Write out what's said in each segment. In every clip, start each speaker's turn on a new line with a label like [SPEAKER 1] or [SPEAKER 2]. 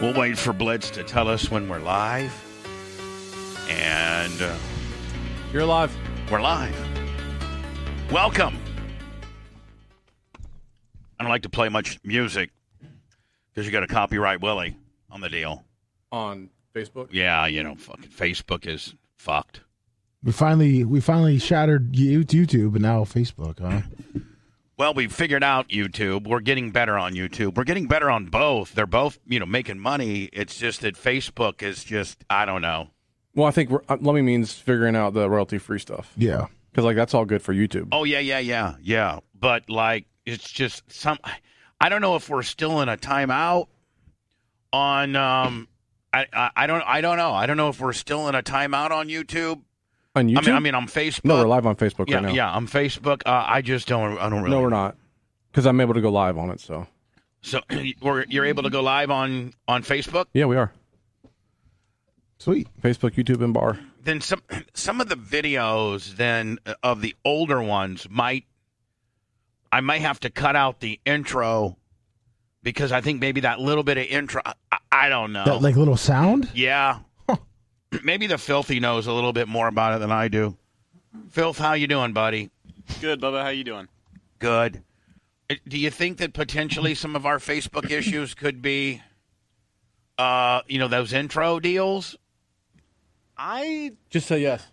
[SPEAKER 1] We'll wait for Blitz to tell us when we're live. And uh,
[SPEAKER 2] You're live.
[SPEAKER 1] we're live. Welcome. I don't like to play much music because you got to copyright Willie on the deal.
[SPEAKER 2] on Facebook.
[SPEAKER 1] Yeah, you know, fucking Facebook is fucked.
[SPEAKER 3] We finally we finally shattered you- YouTube and now Facebook, huh?
[SPEAKER 1] Well, we figured out YouTube. We're getting better on YouTube. We're getting better on both. They're both, you know, making money. It's just that Facebook is just, I don't know.
[SPEAKER 2] Well, I think we're, uh, Lummy means figuring out the royalty free stuff
[SPEAKER 3] Yeah.
[SPEAKER 2] because like that's all good for YouTube.
[SPEAKER 1] Oh yeah, yeah, yeah, yeah. But like, it's just some. I don't know if we're still in a timeout on. Um, I, I I don't I don't know. I don't know if we're still in a timeout on YouTube.
[SPEAKER 2] On YouTube,
[SPEAKER 1] I mean, I mean, on Facebook.
[SPEAKER 2] no, we're live on Facebook
[SPEAKER 1] Yeah,
[SPEAKER 2] right now.
[SPEAKER 1] yeah, on Facebook. Uh, I just don't. I don't really.
[SPEAKER 2] no, we're not because I'm able to go live on it. So
[SPEAKER 1] So we're, you're able to go live on on Facebook.
[SPEAKER 2] yeah, we are
[SPEAKER 3] Sweet.
[SPEAKER 2] Facebook, YouTube, and bar.
[SPEAKER 1] Then some some of the videos then uh, of the older ones might. I might have to cut out the intro because I think maybe that little bit of intro. I, I don't know.
[SPEAKER 3] That like little sound?
[SPEAKER 1] Yeah. Maybe the filthy knows a little bit more about it than I do. Filth, how you doing, buddy?
[SPEAKER 4] Good, Bubba. How you doing?
[SPEAKER 1] Good. Uh, Do you think that potentially some of our Facebook issues could be, uh, you know, those intro deals?
[SPEAKER 4] I
[SPEAKER 2] Just say yes.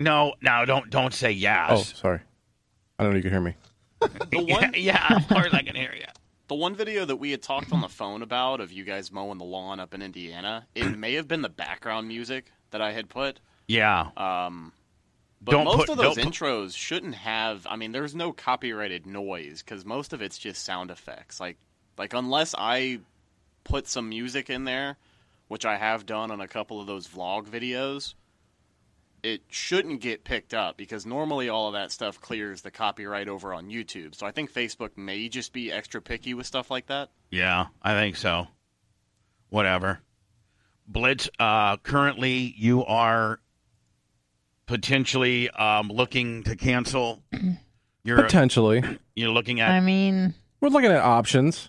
[SPEAKER 1] No, no, don't don't say
[SPEAKER 2] Oh,
[SPEAKER 1] yes.
[SPEAKER 2] sorry. I don't know if you can hear me.
[SPEAKER 4] the
[SPEAKER 1] yeah,
[SPEAKER 4] one
[SPEAKER 1] yeah, as far as I can hear you.
[SPEAKER 4] the one video that we had talked on the phone about of you guys mowing the lawn up in Indiana. It may have been the background music that I had put.
[SPEAKER 1] Yeah,
[SPEAKER 4] Um, but
[SPEAKER 1] Don't
[SPEAKER 4] most
[SPEAKER 1] put-
[SPEAKER 4] of those
[SPEAKER 1] don't put-
[SPEAKER 4] intros shouldn't have. I mean, there's no copyrighted noise because most of it's just sound effects. Like, like unless I put some music in there, which I have done on a couple of those vlog videos, it shouldn't get picked up because normally all of that stuff clears the copyright over on YouTube. So I think Facebook may just be extra picky with stuff like that.
[SPEAKER 1] yeah, I think so. Whatever. Blitz, uh, currently you are potentially um, looking to cancel. You're
[SPEAKER 2] Potentially,
[SPEAKER 1] you're looking at
[SPEAKER 5] I mean,
[SPEAKER 2] we're looking at options.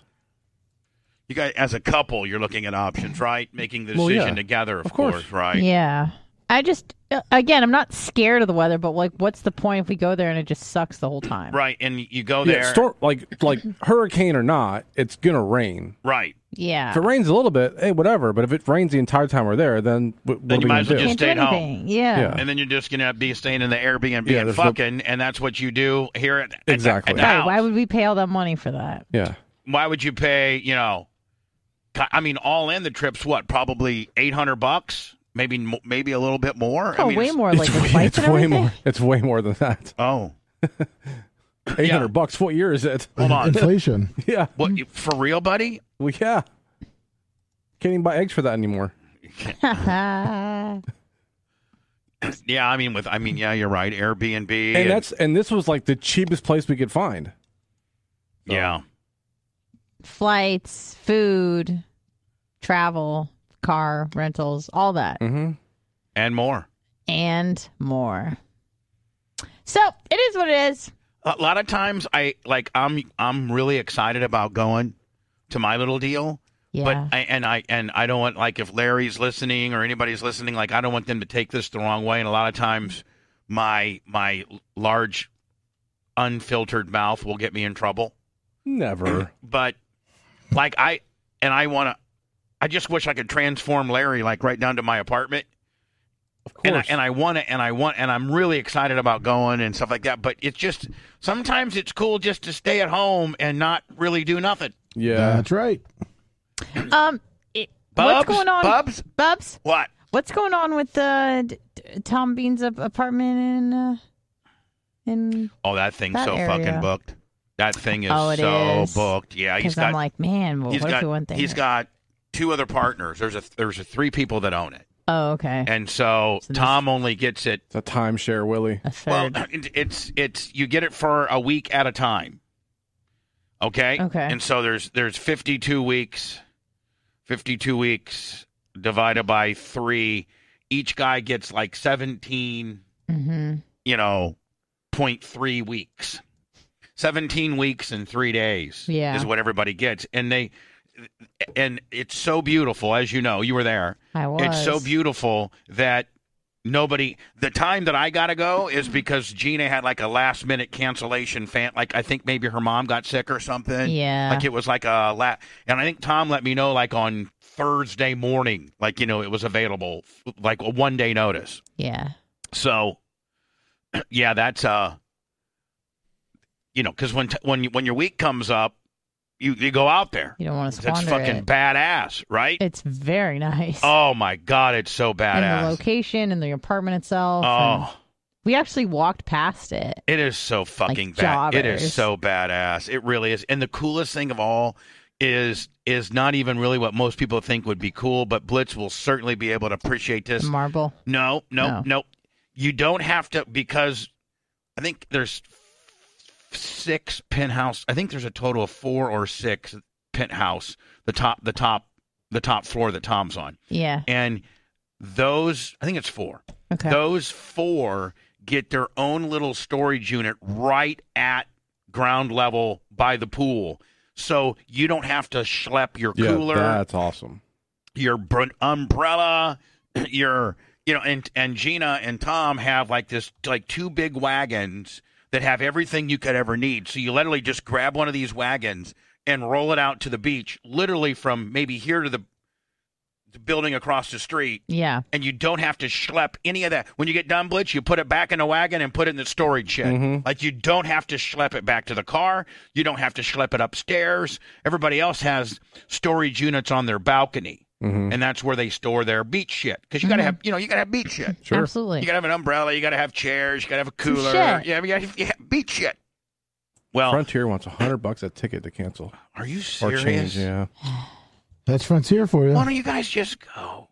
[SPEAKER 1] You guys, as a couple, you're looking at options, right? Making the
[SPEAKER 2] Well,
[SPEAKER 1] decision
[SPEAKER 2] yeah.
[SPEAKER 1] together, of,
[SPEAKER 2] Of course.
[SPEAKER 1] right?
[SPEAKER 5] Yeah. I just uh, again, I'm not scared of the weather, but like, what's the point if we go there and it just sucks the whole time?
[SPEAKER 1] Right, and you go Oh, there,
[SPEAKER 2] Yeah, storm like like hurricane or not, it's gonna rain.
[SPEAKER 1] right?
[SPEAKER 5] Yeah.
[SPEAKER 2] If it rains a little bit, hey, whatever. But if it rains the entire time we're there, then wh- what
[SPEAKER 1] Then
[SPEAKER 2] are
[SPEAKER 1] you
[SPEAKER 2] we
[SPEAKER 1] might as
[SPEAKER 2] gonna
[SPEAKER 1] well
[SPEAKER 2] do?
[SPEAKER 5] Can't do
[SPEAKER 1] stay at home.
[SPEAKER 5] anything. Yeah.
[SPEAKER 2] Yeah.
[SPEAKER 1] And then you're just gonna be staying in the Airbnb
[SPEAKER 2] Yeah,
[SPEAKER 1] and
[SPEAKER 2] there's no-
[SPEAKER 1] fucking, and that's what you do here at at the-
[SPEAKER 2] Exactly.
[SPEAKER 1] At the
[SPEAKER 5] Right,
[SPEAKER 1] house.
[SPEAKER 5] Why would we pay all that money for that?
[SPEAKER 2] yeah,
[SPEAKER 1] why would you pay, you know, ki- I mean, all in the trips, what, probably 800 bucks? Maybe, mo- maybe a little bit more?
[SPEAKER 5] Oh,
[SPEAKER 1] I mean,
[SPEAKER 5] way
[SPEAKER 1] it's-
[SPEAKER 5] more like the
[SPEAKER 2] it's, way,
[SPEAKER 5] flights
[SPEAKER 2] it's
[SPEAKER 5] and
[SPEAKER 2] way
[SPEAKER 5] everything.
[SPEAKER 2] more. It's way more than that.
[SPEAKER 1] Oh,
[SPEAKER 2] Eight hundred bucks. What year is it?
[SPEAKER 1] hold on.
[SPEAKER 3] Inflation.
[SPEAKER 2] Yeah,
[SPEAKER 1] what, you- for real, buddy?
[SPEAKER 2] well, yeah. Can't even buy eggs for that anymore.
[SPEAKER 1] Yeah, I mean, with, I mean, yeah, you're right. Airbnb.
[SPEAKER 2] And that's and this was like the cheapest place we could find.
[SPEAKER 1] yeah.
[SPEAKER 5] Flights, food, travel, car rentals, all that,
[SPEAKER 2] Mm-hmm.
[SPEAKER 1] And more.
[SPEAKER 5] and more. So it is what it is.
[SPEAKER 1] A lot of times I, like, I'm, I'm really excited about going to my little deal.
[SPEAKER 5] Yeah.
[SPEAKER 1] But I, and I and I don't want like if Larry's listening or anybody's listening, like I don't want them to take this the wrong way. And a lot of times, my my large, unfiltered mouth will get me in trouble.
[SPEAKER 2] Never.
[SPEAKER 1] But like I and I want to, I just wish I could transform Larry like right down to my apartment.
[SPEAKER 2] Of course.
[SPEAKER 1] And I, and I want to, and I want, and I'm really excited about going and stuff like that. But it's just sometimes it's cool just to stay at home and not really do nothing.
[SPEAKER 2] yeah.
[SPEAKER 3] That's right.
[SPEAKER 5] um, it, what's
[SPEAKER 1] Bubs,
[SPEAKER 5] going on,
[SPEAKER 1] Bubs,
[SPEAKER 5] Bubs?
[SPEAKER 1] what?
[SPEAKER 5] What's going on with uh, d- d- Tom Bean's ap- apartment in uh, in?
[SPEAKER 1] Oh, that thing's
[SPEAKER 5] That
[SPEAKER 1] so
[SPEAKER 5] area.
[SPEAKER 1] fucking booked. That thing is
[SPEAKER 5] Oh, it
[SPEAKER 1] so
[SPEAKER 5] is.
[SPEAKER 1] booked. Yeah, Uh, he's
[SPEAKER 5] Because
[SPEAKER 1] got
[SPEAKER 5] I'm like, man, well,
[SPEAKER 1] he's
[SPEAKER 5] what if we went
[SPEAKER 1] got
[SPEAKER 5] there?
[SPEAKER 1] he's got two other partners. There's a there's a three people that own it,
[SPEAKER 5] Oh, okay.
[SPEAKER 1] and so,
[SPEAKER 5] So this-
[SPEAKER 1] Tom only gets it.
[SPEAKER 2] It's a timeshare, Willie.
[SPEAKER 5] A
[SPEAKER 1] Well,
[SPEAKER 5] third.
[SPEAKER 1] it- it's it's you get it for a week at a time. Okay.
[SPEAKER 5] Okay.
[SPEAKER 1] And so there's there's 52 weeks, 52 weeks divided by three. Each guy gets like 17
[SPEAKER 5] mm-hmm.
[SPEAKER 1] you know, 0.3 weeks. 17 weeks and three days
[SPEAKER 5] Yeah.
[SPEAKER 1] is what everybody gets. And they, and it's so beautiful, as you know, you were there.
[SPEAKER 5] I was.
[SPEAKER 1] It's so beautiful that nobody, the time that I got to go is because Gina had like a last minute cancellation fan. Like, I think maybe her mom got sick or something.
[SPEAKER 5] Yeah.
[SPEAKER 1] Like, it was like a la, and I think Tom let me know like on Thursday morning, like, you know, it was available, like a one day notice.
[SPEAKER 5] yeah.
[SPEAKER 1] So, yeah, that's uh, you know, because when t- when you- when your week comes up, you you go out there.
[SPEAKER 5] You don't want to
[SPEAKER 1] That's
[SPEAKER 5] squander
[SPEAKER 1] fucking
[SPEAKER 5] it.
[SPEAKER 1] badass, right?
[SPEAKER 5] It's very nice.
[SPEAKER 1] oh my god, it's so
[SPEAKER 5] and the
[SPEAKER 1] badass.
[SPEAKER 5] location and the apartment itself. and-
[SPEAKER 1] Oh,
[SPEAKER 5] we actually walked past it.
[SPEAKER 1] it is so fucking bad. It is
[SPEAKER 5] jobbers.
[SPEAKER 1] so badass. It really is. And the coolest thing of all is is not even really what most people think would be cool, but Blitz will certainly be able to appreciate this.
[SPEAKER 5] The marble.
[SPEAKER 1] No, no, no,
[SPEAKER 5] No.
[SPEAKER 1] You don't have to because I think there's f- six penthouse. I think there's a total of four or six penthouse. The top, the top, the top floor that Tom's on,
[SPEAKER 5] Yeah.
[SPEAKER 1] and those I think it's four.
[SPEAKER 5] Okay.
[SPEAKER 1] Those four get their own little storage unit right at ground level by the pool. So you don't have to schlep your
[SPEAKER 2] Yeah,
[SPEAKER 1] cooler
[SPEAKER 2] that's awesome.
[SPEAKER 1] your br- umbrella, your you know, and and Gina and Tom have like this like two big wagons that have everything you could ever need. So you literally just grab one of these wagons and roll it out to the beach, literally from maybe here to the, the building across the street,
[SPEAKER 5] yeah.
[SPEAKER 1] and you don't have to schlep any of that. When you get done, Blitz, you put it back in the wagon and put it in the storage shed.
[SPEAKER 2] Mhm.
[SPEAKER 1] Like you don't have to schlep it back to the car. You don't have to schlep it upstairs. Everybody else has storage units on their balcony
[SPEAKER 2] Mm-hmm.
[SPEAKER 1] and that's where they store their beach shit. Because you gotta have, you know, you gotta have beach shit.
[SPEAKER 2] Sure.
[SPEAKER 5] Absolutely.
[SPEAKER 1] You gotta have an umbrella. You gotta have chairs. You gotta have a
[SPEAKER 5] Some
[SPEAKER 1] cooler.
[SPEAKER 5] shit.
[SPEAKER 1] Yeah, you gotta have, yeah, beach shit. Well,
[SPEAKER 2] Frontier wants a hundred bucks a ticket to cancel
[SPEAKER 1] are you
[SPEAKER 2] or
[SPEAKER 1] Oh. serious?
[SPEAKER 2] change. Yeah,
[SPEAKER 3] That's frontier for you.
[SPEAKER 1] Why don't you guys just go?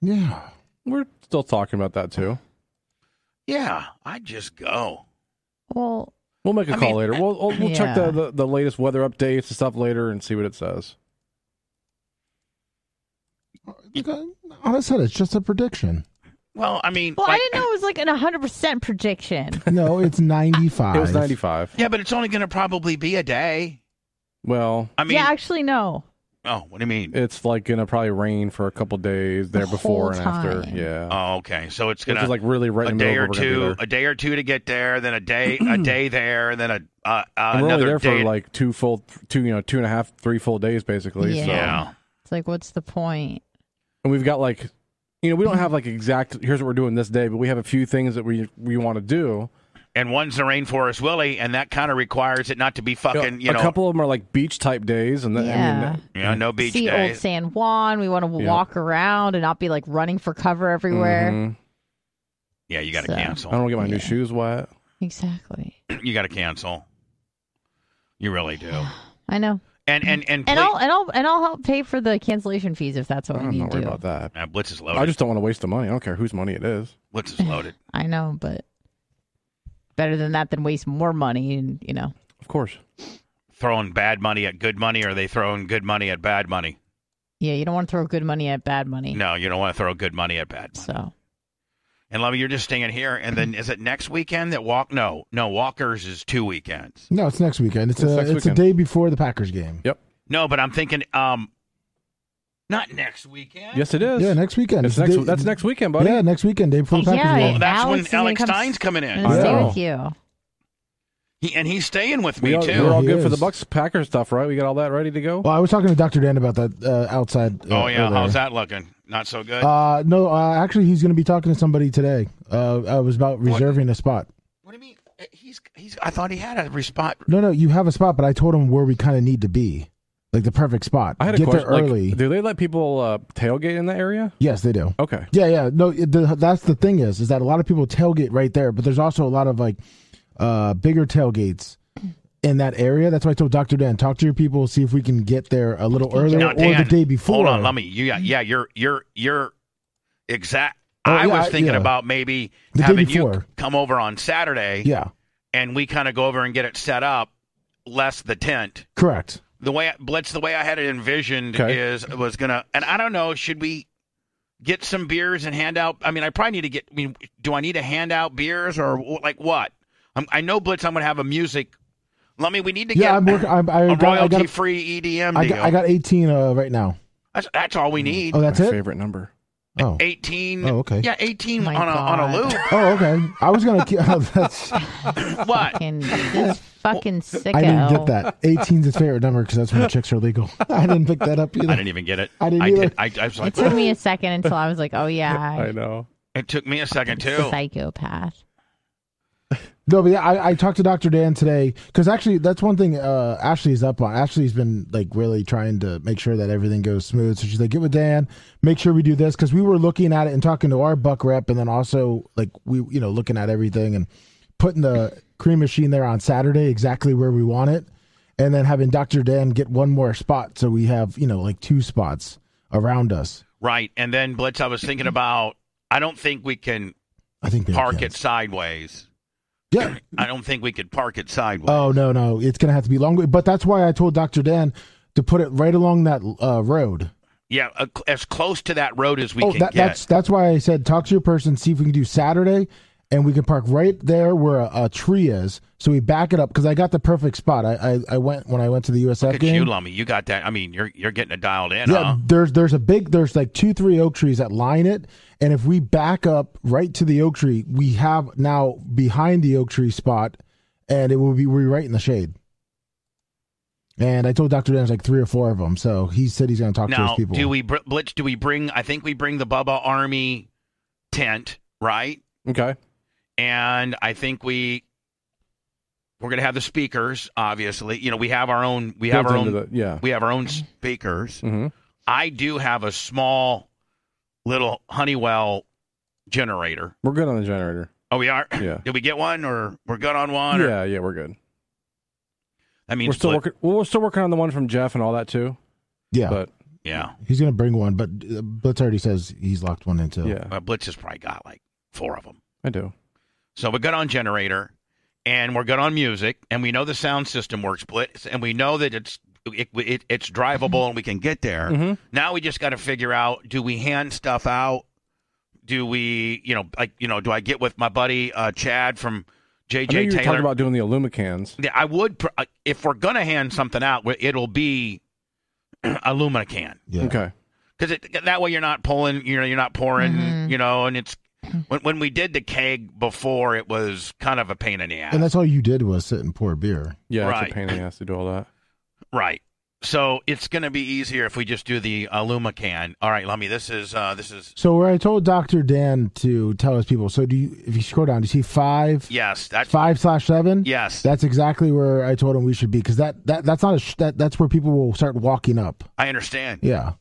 [SPEAKER 3] Yeah.
[SPEAKER 2] we're still talking about that too.
[SPEAKER 1] Yeah, I just go.
[SPEAKER 5] well,
[SPEAKER 2] We'll make a
[SPEAKER 1] I
[SPEAKER 2] call
[SPEAKER 1] mean,
[SPEAKER 2] later. We'll we'll, we'll check the,
[SPEAKER 5] Yeah.
[SPEAKER 2] the the latest weather updates and stuff later and see what it says.
[SPEAKER 3] Okay. All I said, it's just a prediction.
[SPEAKER 1] Well, I mean,
[SPEAKER 5] well, I
[SPEAKER 1] like-
[SPEAKER 5] didn't know it was like an 100% prediction.
[SPEAKER 3] No, it's 95.
[SPEAKER 2] It was ninety five.
[SPEAKER 1] Yeah, but it's only gonna probably be a day.
[SPEAKER 2] Well,
[SPEAKER 1] I mean,
[SPEAKER 5] yeah, actually, no.
[SPEAKER 1] Oh, what do you mean?
[SPEAKER 2] It's like gonna probably rain for a couple days there
[SPEAKER 5] whole
[SPEAKER 2] before and
[SPEAKER 5] time.
[SPEAKER 2] after. Yeah.
[SPEAKER 1] Oh, okay. So it's
[SPEAKER 2] Which
[SPEAKER 1] gonna
[SPEAKER 2] is like really right
[SPEAKER 1] a
[SPEAKER 2] in the
[SPEAKER 1] day
[SPEAKER 2] middle
[SPEAKER 1] or
[SPEAKER 2] of what we're gonna be
[SPEAKER 1] two,
[SPEAKER 2] there.
[SPEAKER 1] a day or two to get there, then a day, a day there, and then a uh, uh,
[SPEAKER 2] And we're only
[SPEAKER 1] another
[SPEAKER 2] there
[SPEAKER 1] day.
[SPEAKER 2] for like two full, two you know, two and a half, three full days basically.
[SPEAKER 5] Yeah.
[SPEAKER 2] So,
[SPEAKER 1] yeah.
[SPEAKER 5] It's like, what's the point?
[SPEAKER 2] and we've got like, you know, we don't have like exact. Here's what we're doing this day, but we have a few things that we we want to do.
[SPEAKER 1] And one's the Rainforest Willie, and that kind of requires it not to be fucking, you know,
[SPEAKER 2] a couple of them are like beach type days, and that, I mean, uh,
[SPEAKER 5] Yeah.
[SPEAKER 2] that-
[SPEAKER 1] you know, no beach
[SPEAKER 5] See
[SPEAKER 1] day.
[SPEAKER 5] old San Juan. We want to
[SPEAKER 2] Yeah.
[SPEAKER 5] walk around and not be like running for cover everywhere.
[SPEAKER 2] Mhm.
[SPEAKER 1] Yeah, you got to
[SPEAKER 5] So.
[SPEAKER 1] cancel.
[SPEAKER 2] I don't get my
[SPEAKER 5] Yeah.
[SPEAKER 2] new shoes wet.
[SPEAKER 5] Exactly.
[SPEAKER 1] you got to cancel. You really do.
[SPEAKER 5] I know.
[SPEAKER 1] And and and,
[SPEAKER 5] And
[SPEAKER 1] Blit-
[SPEAKER 5] I'll and I'll and I'll help pay for the cancellation fees if that's what we
[SPEAKER 2] I'm
[SPEAKER 5] need
[SPEAKER 2] not
[SPEAKER 5] to
[SPEAKER 2] worried
[SPEAKER 5] do.
[SPEAKER 2] about that.
[SPEAKER 1] uh, Blitz is loaded.
[SPEAKER 2] I just don't want to waste the money. I don't care whose money it is.
[SPEAKER 1] Blitz is loaded.
[SPEAKER 5] I know, but better than that than waste more money and you know.
[SPEAKER 2] Of course.
[SPEAKER 1] throwing bad money at good money, or are they throwing good money at bad money?
[SPEAKER 5] Yeah, you don't want to throw good money at bad money.
[SPEAKER 1] No, you don't want to throw good money at bad money.
[SPEAKER 5] So
[SPEAKER 1] And Lovey, you're just staying here. And then is it next weekend that walk? No, no, Walkers is two weekends.
[SPEAKER 3] No, it's next weekend. It's,
[SPEAKER 2] It's
[SPEAKER 3] a
[SPEAKER 2] next
[SPEAKER 3] it's a
[SPEAKER 2] weekend.
[SPEAKER 3] day before the Packers game.
[SPEAKER 1] No, but I'm thinking, um, not next weekend.
[SPEAKER 2] Yes, it is.
[SPEAKER 3] Yeah, next weekend.
[SPEAKER 2] It's
[SPEAKER 3] It's
[SPEAKER 2] next,
[SPEAKER 3] the day-
[SPEAKER 2] that's next weekend, buddy.
[SPEAKER 3] Yeah, next weekend, day before the
[SPEAKER 5] Oh,
[SPEAKER 3] Packers
[SPEAKER 5] yeah,
[SPEAKER 3] game.
[SPEAKER 1] Well, that's
[SPEAKER 5] Alex is
[SPEAKER 1] when
[SPEAKER 5] gonna
[SPEAKER 1] Alex
[SPEAKER 5] come s-
[SPEAKER 1] Stein's coming in,
[SPEAKER 5] I'm gonna
[SPEAKER 3] I
[SPEAKER 5] stay
[SPEAKER 3] know.
[SPEAKER 5] with you.
[SPEAKER 1] he, and he's staying with
[SPEAKER 2] We
[SPEAKER 1] me
[SPEAKER 2] all,
[SPEAKER 1] too.
[SPEAKER 2] We're all
[SPEAKER 3] He
[SPEAKER 2] good for the
[SPEAKER 3] is.
[SPEAKER 2] Bucks Packer stuff, right? We got all that ready to go.
[SPEAKER 3] Well, I was talking to Dr. Dan about that uh, outside. uh,
[SPEAKER 1] oh yeah,
[SPEAKER 3] earlier.
[SPEAKER 1] how's that looking? Not so good.
[SPEAKER 3] Uh, no, uh, actually, he's going to be talking to somebody today. Uh, I was about reserving a spot.
[SPEAKER 1] what do you mean? Uh, He's he's. I thought he had a response.
[SPEAKER 3] No, no, you have a spot, but I told him where we kind of need to be, like the perfect spot.
[SPEAKER 2] I had a
[SPEAKER 3] Get
[SPEAKER 2] question.
[SPEAKER 3] there early.
[SPEAKER 2] Like, do they let people uh, tailgate in that area?
[SPEAKER 3] yes, they do.
[SPEAKER 2] Okay.
[SPEAKER 3] Yeah, yeah. No, it, the, that's the thing is, is that a lot of people tailgate right there, but there's also a lot of like uh, bigger tailgates in that area. That's why I told Doctor Dan, talk to your people, see if we can get there a little earlier
[SPEAKER 1] Now,
[SPEAKER 3] or
[SPEAKER 1] Dan,
[SPEAKER 3] the day before.
[SPEAKER 1] Hold on, let me. You, yeah, yeah, you're you're you're exact.
[SPEAKER 3] Oh,
[SPEAKER 1] I
[SPEAKER 3] yeah,
[SPEAKER 1] was
[SPEAKER 3] I-
[SPEAKER 1] thinking
[SPEAKER 3] yeah.
[SPEAKER 1] about maybe
[SPEAKER 3] The day
[SPEAKER 1] having you
[SPEAKER 3] before.
[SPEAKER 1] come over on Saturday,
[SPEAKER 3] Yeah,
[SPEAKER 1] and we kind of go over and get it set up, less the tent.
[SPEAKER 3] correct.
[SPEAKER 1] The way Blitz, the way I had it envisioned
[SPEAKER 2] Okay.
[SPEAKER 1] is was gonna, and I don't know, should we get some beers and hand out? I mean, I probably need to get. I mean, do I need to hand out beers or wh- like what? I'm, I know Blitz, I'm gonna have a music. Let me. We need to
[SPEAKER 3] Yeah,
[SPEAKER 1] get
[SPEAKER 3] I'm working. I'm, I,
[SPEAKER 1] a
[SPEAKER 3] got, I, got,
[SPEAKER 1] royalty-free EDM deal.
[SPEAKER 3] I, got, I got 18 uh, right now.
[SPEAKER 1] that's, that's all we need.
[SPEAKER 3] Oh, that's
[SPEAKER 2] my
[SPEAKER 3] it.
[SPEAKER 2] favorite number.
[SPEAKER 3] Oh,
[SPEAKER 1] 18
[SPEAKER 3] Oh, okay.
[SPEAKER 1] yeah 18
[SPEAKER 5] My
[SPEAKER 1] on a on a
[SPEAKER 5] God.
[SPEAKER 1] loop
[SPEAKER 3] oh, okay. I was gonna. keep- Oh, that's.
[SPEAKER 1] what
[SPEAKER 5] Fucking this fucking sicko.
[SPEAKER 3] I didn't get that. 18's his favorite number because that's when chicks are legal. I didn't pick that up
[SPEAKER 1] i
[SPEAKER 3] either.
[SPEAKER 1] didn't even get it
[SPEAKER 3] I didn't
[SPEAKER 1] did I, I was
[SPEAKER 5] It
[SPEAKER 1] like
[SPEAKER 5] took me a second until I was like, oh yeah,
[SPEAKER 2] I know.
[SPEAKER 1] it took me a
[SPEAKER 5] I'm
[SPEAKER 1] second
[SPEAKER 5] a
[SPEAKER 1] too
[SPEAKER 5] psychopath.
[SPEAKER 3] No, but yeah, I, I talked to Dr. Dan today because actually that's one thing uh, Ashley's up on. Ashley's been like really trying to make sure that everything goes smooth. So she's like, get with Dan, make sure we do this because we were looking at it and talking to our buck rep, and then also like we, you know, looking at everything and putting the cream machine there on Saturday exactly where we want it, and then having Dr. Dan get one more spot so we have you know like two spots around us.
[SPEAKER 1] right and then blitz i was thinking about i don't think we can
[SPEAKER 3] I think they
[SPEAKER 1] park
[SPEAKER 3] can.
[SPEAKER 1] it sideways
[SPEAKER 3] Yeah,
[SPEAKER 1] i don't think we could park it sideways
[SPEAKER 3] Oh no, no, it's gonna have to be long. But that's why I told Doctor Dan to put it right along that uh, road.
[SPEAKER 1] yeah a, as close to that road as we
[SPEAKER 3] oh,
[SPEAKER 1] can
[SPEAKER 3] that,
[SPEAKER 1] get
[SPEAKER 3] that's that's why I said talk to your person, see if we can do Saturday, and we can park right there where a, a tree is. So we back it up because I got the perfect spot. I, I I went when I went to the USF
[SPEAKER 1] Look at
[SPEAKER 3] game.
[SPEAKER 1] you lummy you got that i mean you're you're getting it dialed in
[SPEAKER 3] yeah,
[SPEAKER 1] huh?
[SPEAKER 3] there's there's a big there's like two three oak trees that line it, and if we back up right to the oak tree, we have now behind the oak tree spot, and it will be we're right in the shade. And I told Doctor Dan there's like three or four of them, so he said he's going to talk to
[SPEAKER 1] now
[SPEAKER 3] his people.
[SPEAKER 1] do we br- blitz do we bring i think we bring the bubba army tent right
[SPEAKER 2] Okay.
[SPEAKER 1] and I think we we're gonna have the speakers. Obviously, you know we have our own we have
[SPEAKER 2] Built
[SPEAKER 1] our
[SPEAKER 2] into
[SPEAKER 1] own
[SPEAKER 2] the- yeah.
[SPEAKER 1] we have our own speakers.
[SPEAKER 2] hmm
[SPEAKER 1] I do have a small little Honeywell generator.
[SPEAKER 2] We're good on the generator.
[SPEAKER 1] Oh, we are.
[SPEAKER 2] Yeah.
[SPEAKER 1] Did we get one, or we're good on one? Or,
[SPEAKER 2] Yeah, yeah, we're good.
[SPEAKER 1] I mean,
[SPEAKER 2] We're still working. Well, we're still working on the one from Jeff and all that too.
[SPEAKER 3] yeah,
[SPEAKER 2] But
[SPEAKER 1] Yeah,
[SPEAKER 3] he's going to bring one, but uh, Blitz already says he's locked one in too.
[SPEAKER 2] yeah,
[SPEAKER 1] well, Blitz has probably got like four of them.
[SPEAKER 2] I do.
[SPEAKER 1] So we're good on generator, and we're good on music, and we know the sound system works, Blitz, and we know that it's it, it, it's drivable and we can get there.
[SPEAKER 2] Mhm.
[SPEAKER 1] Now we just got to figure out: do we hand stuff out? Do we, you know, like you know, do I get with my buddy uh, Chad from
[SPEAKER 2] I know
[SPEAKER 1] JJ
[SPEAKER 2] you were
[SPEAKER 1] Taylor?
[SPEAKER 2] talking about doing the Illumicans.
[SPEAKER 1] Yeah, I would pr- uh, if we're gonna hand something out, we- it'll be alumina can
[SPEAKER 3] Yeah.
[SPEAKER 2] Okay.
[SPEAKER 1] because that way you're not pulling, you know, you're not pouring,
[SPEAKER 3] Mm-hmm.
[SPEAKER 1] you know, and it's when when we did the keg before, it was kind of a pain in the ass,
[SPEAKER 3] And that's all you did was sit and pour beer.
[SPEAKER 2] Yeah,
[SPEAKER 1] Right.
[SPEAKER 2] it's a pain in the ass to do all that.
[SPEAKER 1] right? So it's going to be easier if we just do the aluma can. All right, Lummy, this is uh, this is
[SPEAKER 3] So where I told Doctor Dan to tell his people. So do you? If you scroll down, do you see five,
[SPEAKER 1] yes, that's
[SPEAKER 3] five slash seven?
[SPEAKER 1] yes,
[SPEAKER 3] That's exactly where I told him we should be because that, that that's not a sh- that that's where people will start walking up.
[SPEAKER 1] I understand.
[SPEAKER 3] Yeah,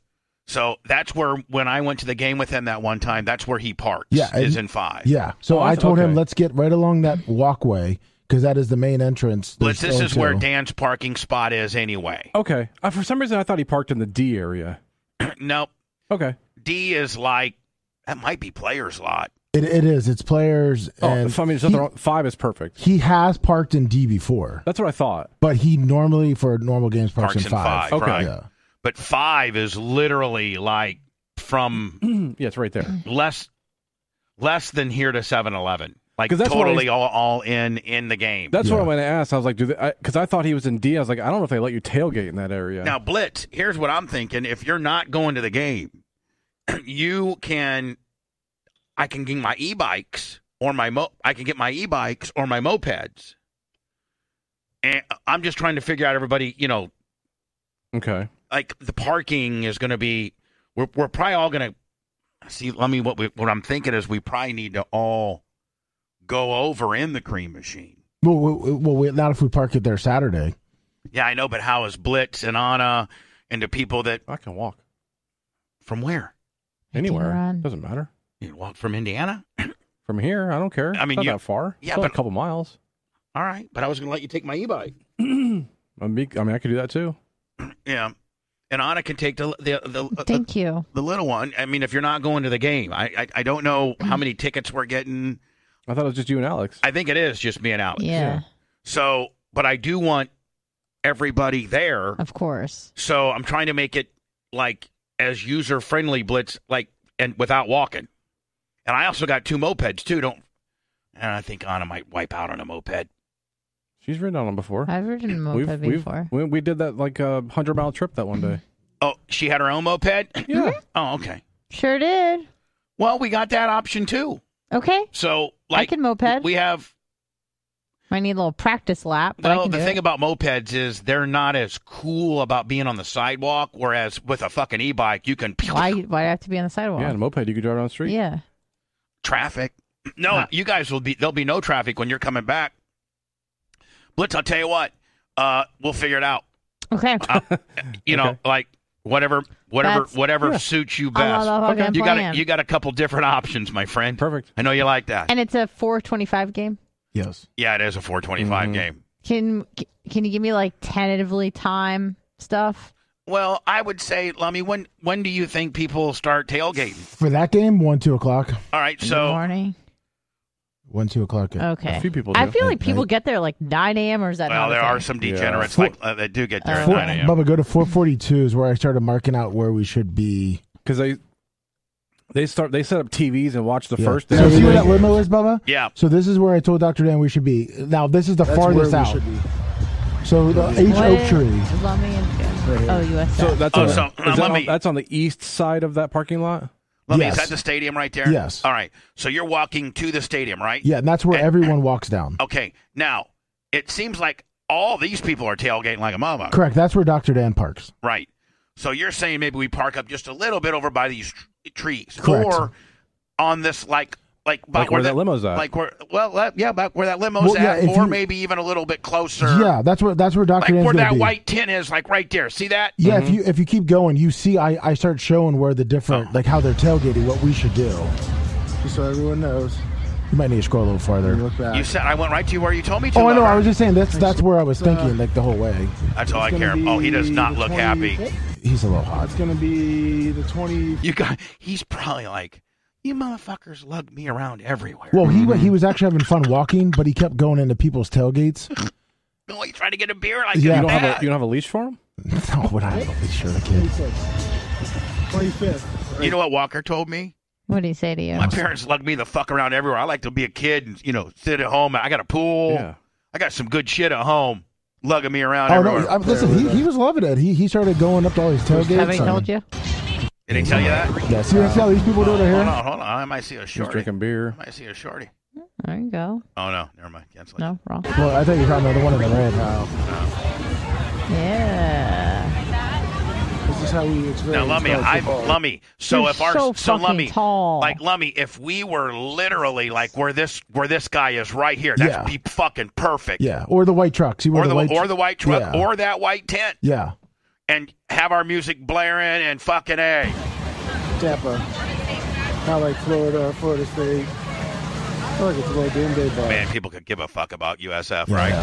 [SPEAKER 1] So that's where when I went to the game with him that one time, that's where he parks.
[SPEAKER 3] Yeah,
[SPEAKER 1] is
[SPEAKER 3] and-
[SPEAKER 1] in five.
[SPEAKER 3] yeah. So
[SPEAKER 2] Oh,
[SPEAKER 3] I
[SPEAKER 2] that's-
[SPEAKER 3] told him
[SPEAKER 2] okay.
[SPEAKER 3] let's get right along that walkway because that is the main entrance.
[SPEAKER 1] But
[SPEAKER 3] There's
[SPEAKER 1] this is
[SPEAKER 3] only
[SPEAKER 1] where
[SPEAKER 3] two.
[SPEAKER 1] Dan's parking spot is anyway.
[SPEAKER 2] Okay. Uh, for some reason, I thought he parked in the D area.
[SPEAKER 1] nope.
[SPEAKER 2] Okay.
[SPEAKER 1] D is like that might be players lot.
[SPEAKER 3] it, it is. It's players.
[SPEAKER 2] Oh,
[SPEAKER 3] and
[SPEAKER 2] if- I mean, there's
[SPEAKER 3] he,
[SPEAKER 2] nothing wrong. Five is perfect.
[SPEAKER 3] he has parked in D before,
[SPEAKER 2] That's what I thought.
[SPEAKER 3] but he normally for normal games parks,
[SPEAKER 1] Parks in five,
[SPEAKER 2] Okay.
[SPEAKER 1] right?
[SPEAKER 3] Yeah.
[SPEAKER 1] But five is literally like from
[SPEAKER 2] yeah, it's right there.
[SPEAKER 1] less less than here to 7-Eleven. Like
[SPEAKER 2] 'Cause that's what I-
[SPEAKER 1] totally all, all in in the game.
[SPEAKER 2] That's what
[SPEAKER 3] Yeah.
[SPEAKER 2] I went to ask. I was like, do they? Because I, thought he was in D. I was like, I don't know if they let you tailgate in that area.
[SPEAKER 1] Now, Blitz, here's what I'm thinking. If you're not going to the game, you can, I can get my e-bikes or my mo, I can get my e-bikes or my mopeds. And I'm just trying to figure out everybody, you know,
[SPEAKER 2] Okay.
[SPEAKER 1] like the parking is going to be, we're, we're probably all going to see. Let me, what we, what I'm thinking is we probably need to all go over in the cream machine.
[SPEAKER 3] Well, we, well, we, not if we park it there Saturday.
[SPEAKER 1] Yeah, I know, but how is Blitz and Anna and the people that
[SPEAKER 2] I can walk
[SPEAKER 1] from where?
[SPEAKER 2] anywhere.
[SPEAKER 5] run.
[SPEAKER 2] Doesn't matter.
[SPEAKER 1] You walk from Indiana?
[SPEAKER 2] From here, I don't care.
[SPEAKER 1] I mean,
[SPEAKER 2] not
[SPEAKER 1] you-
[SPEAKER 2] that far.
[SPEAKER 1] yeah,
[SPEAKER 2] It's only
[SPEAKER 1] but-
[SPEAKER 2] a couple miles.
[SPEAKER 1] All right, but I was going to let you take my e-bike.
[SPEAKER 2] I'm big- I mean, I could do that too.
[SPEAKER 1] Yeah, and Anna can take the the the, the,
[SPEAKER 5] Thank you.
[SPEAKER 1] the little one. I mean, if you're not going to the game, I, I I don't know how many tickets we're getting.
[SPEAKER 2] I thought it was just you and Alex.
[SPEAKER 1] I think it is just me and Alex.
[SPEAKER 5] Yeah,
[SPEAKER 1] So, but I do want everybody there.
[SPEAKER 5] of course.
[SPEAKER 1] So I'm trying to make it like as user friendly blitz, like and without walking. And I also got two mopeds too. Don't and I think Anna might wipe out on a moped.
[SPEAKER 2] She's ridden on them before.
[SPEAKER 5] I've ridden a moped
[SPEAKER 2] we've
[SPEAKER 5] before.
[SPEAKER 2] we, we did that like a hundred mile trip that one day.
[SPEAKER 1] Oh, she had her own moped.
[SPEAKER 2] Yeah.
[SPEAKER 1] oh, okay.
[SPEAKER 5] Sure did.
[SPEAKER 1] Well, we got that option too.
[SPEAKER 5] Okay,
[SPEAKER 1] So like
[SPEAKER 5] I can moped.
[SPEAKER 1] We have
[SPEAKER 5] I need a little practice lap. But I
[SPEAKER 1] well,
[SPEAKER 5] can
[SPEAKER 1] the
[SPEAKER 5] do
[SPEAKER 1] thing
[SPEAKER 5] it.
[SPEAKER 1] about mopeds is they're not as cool about being on the sidewalk. Whereas with a fucking e-bike, you can
[SPEAKER 5] why why do I have to be on the sidewalk?
[SPEAKER 2] Yeah, and a moped you could drive down the street.
[SPEAKER 5] Yeah.
[SPEAKER 1] traffic. No,
[SPEAKER 5] Huh.
[SPEAKER 1] you guys will be. There'll be no traffic when you're coming back. Blitz, I'll tell you what. Uh, we'll figure it out.
[SPEAKER 5] Okay.
[SPEAKER 1] Ah. You know,
[SPEAKER 2] Okay.
[SPEAKER 1] like whatever, whatever,
[SPEAKER 5] That's-
[SPEAKER 1] whatever
[SPEAKER 2] yeah.
[SPEAKER 1] suits you
[SPEAKER 5] I
[SPEAKER 1] best.
[SPEAKER 5] love
[SPEAKER 2] Okay.
[SPEAKER 5] okay.
[SPEAKER 1] You got a,
[SPEAKER 5] plan.
[SPEAKER 1] you got a couple different options, my friend.
[SPEAKER 2] Perfect.
[SPEAKER 1] I know you like that.
[SPEAKER 5] and it's a 425 game.
[SPEAKER 3] Yes.
[SPEAKER 1] yeah, it is a 425
[SPEAKER 2] Mhm.
[SPEAKER 1] game.
[SPEAKER 5] Can can you give me like tentatively time stuff?
[SPEAKER 1] Well, I would say, Lummy, when when do you think people start tailgating?
[SPEAKER 3] For that game, one two o'clock.
[SPEAKER 1] All right,
[SPEAKER 5] in the
[SPEAKER 1] so
[SPEAKER 5] morning.
[SPEAKER 3] One two o'clock.
[SPEAKER 5] Okay.
[SPEAKER 2] A few people. Do.
[SPEAKER 5] I feel like
[SPEAKER 3] Night,
[SPEAKER 5] people
[SPEAKER 3] night.
[SPEAKER 5] get there like 9 a.m. or is that?
[SPEAKER 1] well,
[SPEAKER 5] not a
[SPEAKER 1] there are
[SPEAKER 5] thing?
[SPEAKER 1] some
[SPEAKER 2] Yeah.
[SPEAKER 1] degenerates like uh, that do get there at
[SPEAKER 5] Uh,
[SPEAKER 3] Four,
[SPEAKER 1] 9 a.m.
[SPEAKER 3] Bubba, go to 442 is where I started marking out where we should be.
[SPEAKER 2] because they they start they set up TVs and watch the
[SPEAKER 3] Yeah.
[SPEAKER 2] first.
[SPEAKER 3] So
[SPEAKER 2] and
[SPEAKER 3] see where that
[SPEAKER 2] everything.
[SPEAKER 3] limo is, Bubba?
[SPEAKER 1] Yeah,
[SPEAKER 3] So this is where I told Dr. Dan we should be. Now, this is the farthest out. So the H
[SPEAKER 5] What
[SPEAKER 3] Oak
[SPEAKER 5] is-
[SPEAKER 3] Tree.
[SPEAKER 5] Lummi and oh, USF.
[SPEAKER 2] So that's
[SPEAKER 1] Oh,
[SPEAKER 2] on,
[SPEAKER 1] so,
[SPEAKER 2] is
[SPEAKER 1] uh,
[SPEAKER 2] that
[SPEAKER 1] let
[SPEAKER 2] on-
[SPEAKER 1] me-
[SPEAKER 2] that's on the east side of that parking lot.
[SPEAKER 1] Lummi,
[SPEAKER 3] Yes.
[SPEAKER 1] is that the stadium right there?
[SPEAKER 3] Yes.
[SPEAKER 1] All right, so you're walking to the stadium, right?
[SPEAKER 3] Yeah, and that's where
[SPEAKER 1] And-
[SPEAKER 3] everyone walks down.
[SPEAKER 1] Okay, now it seems like all these people are tailgating like a mama,
[SPEAKER 3] Correct. That's where Dr. Dan parks.
[SPEAKER 1] right? So you're saying maybe we park up just a little bit over by these tr- trees,
[SPEAKER 3] Correct.
[SPEAKER 1] or on this like like by
[SPEAKER 2] Like where that limo's at.
[SPEAKER 1] like where well that- yeah back where that limo's
[SPEAKER 3] Well, yeah,
[SPEAKER 1] at,
[SPEAKER 3] if
[SPEAKER 1] or
[SPEAKER 3] you-
[SPEAKER 1] maybe even a little bit closer,
[SPEAKER 3] Yeah, that's where that's where Dr.
[SPEAKER 1] like
[SPEAKER 3] Dan's
[SPEAKER 1] where
[SPEAKER 3] gonna
[SPEAKER 1] that
[SPEAKER 3] be.
[SPEAKER 1] white Mm-hmm. tent is, like right there. See that?
[SPEAKER 3] yeah, if you if you keep going, you see I, I start showing where the different like how they're tailgating, what we should do.
[SPEAKER 6] Just so everyone knows,
[SPEAKER 3] You might need to scroll a little farther.
[SPEAKER 6] when you look back.
[SPEAKER 1] You said I went right to where you told me to.
[SPEAKER 3] Oh, I know.
[SPEAKER 1] lover.
[SPEAKER 3] I was just saying that's that's where I was
[SPEAKER 6] uh,
[SPEAKER 3] thinking like the whole way.
[SPEAKER 1] That's all I
[SPEAKER 6] It's
[SPEAKER 1] care.
[SPEAKER 6] gonna
[SPEAKER 1] Oh, he
[SPEAKER 6] be
[SPEAKER 1] does not
[SPEAKER 6] the
[SPEAKER 1] look happy.
[SPEAKER 6] 25th.
[SPEAKER 3] He's a little hot.
[SPEAKER 6] It's gonna be the 20.
[SPEAKER 1] You got. He's probably like, you motherfuckers lug me around everywhere.
[SPEAKER 3] Well, he wa- he
[SPEAKER 6] Mm-hmm.
[SPEAKER 3] was actually having fun walking, but he kept going into people's tailgates.
[SPEAKER 1] no, he's trying to get a beer. Like
[SPEAKER 3] Yeah.
[SPEAKER 2] you
[SPEAKER 1] yeah,
[SPEAKER 2] don't have a you don't have a leash for him.
[SPEAKER 3] No, but I don't be sure the kid.
[SPEAKER 6] 25th.
[SPEAKER 1] You know what Walker told me?
[SPEAKER 5] what do you say to you?
[SPEAKER 1] My parents lug me the fuck around everywhere. I like to be a kid and you know sit at home. I got a pool.
[SPEAKER 2] Yeah.
[SPEAKER 1] I got some good shit at home. lugging me around
[SPEAKER 3] Oh no!
[SPEAKER 1] everywhere.
[SPEAKER 3] I, listen, he, he was loving it. He he started going up to all these tailgates.
[SPEAKER 5] Have I
[SPEAKER 3] and-
[SPEAKER 5] told you?
[SPEAKER 1] Did he tell you that?
[SPEAKER 3] Yeah, see, see how these people do it
[SPEAKER 1] Hold
[SPEAKER 3] here.
[SPEAKER 1] on, hold on. I might see a
[SPEAKER 2] He was
[SPEAKER 1] shorty.
[SPEAKER 2] drinking beer.
[SPEAKER 1] I might see a shorty.
[SPEAKER 5] There you go.
[SPEAKER 1] Oh no, never mind. Cancel. it.
[SPEAKER 5] No, wrong.
[SPEAKER 3] Well, I thought you were talking about the one in the red. now.
[SPEAKER 5] Yeah.
[SPEAKER 6] This is how we experience
[SPEAKER 1] Now, Lummy,
[SPEAKER 6] college
[SPEAKER 1] I
[SPEAKER 6] football.
[SPEAKER 1] Lummy. So
[SPEAKER 5] You're
[SPEAKER 1] if our
[SPEAKER 5] so
[SPEAKER 1] so
[SPEAKER 5] fucking
[SPEAKER 1] Lummy,
[SPEAKER 5] tall.
[SPEAKER 1] like Lummy, if we were literally like where this where this guy is right here, that'd
[SPEAKER 3] Yeah.
[SPEAKER 1] be fucking perfect.
[SPEAKER 3] Yeah, or the white trucks. You were
[SPEAKER 1] Or the,
[SPEAKER 3] white
[SPEAKER 1] or the white truck
[SPEAKER 3] Yeah.
[SPEAKER 1] or that white tent
[SPEAKER 3] yeah.
[SPEAKER 1] and have our music blaring and fucking a.
[SPEAKER 6] Tampa. Not like Florida, Florida State. I feel like it's a little game day ball.
[SPEAKER 1] Man, people could give a fuck about USF, right?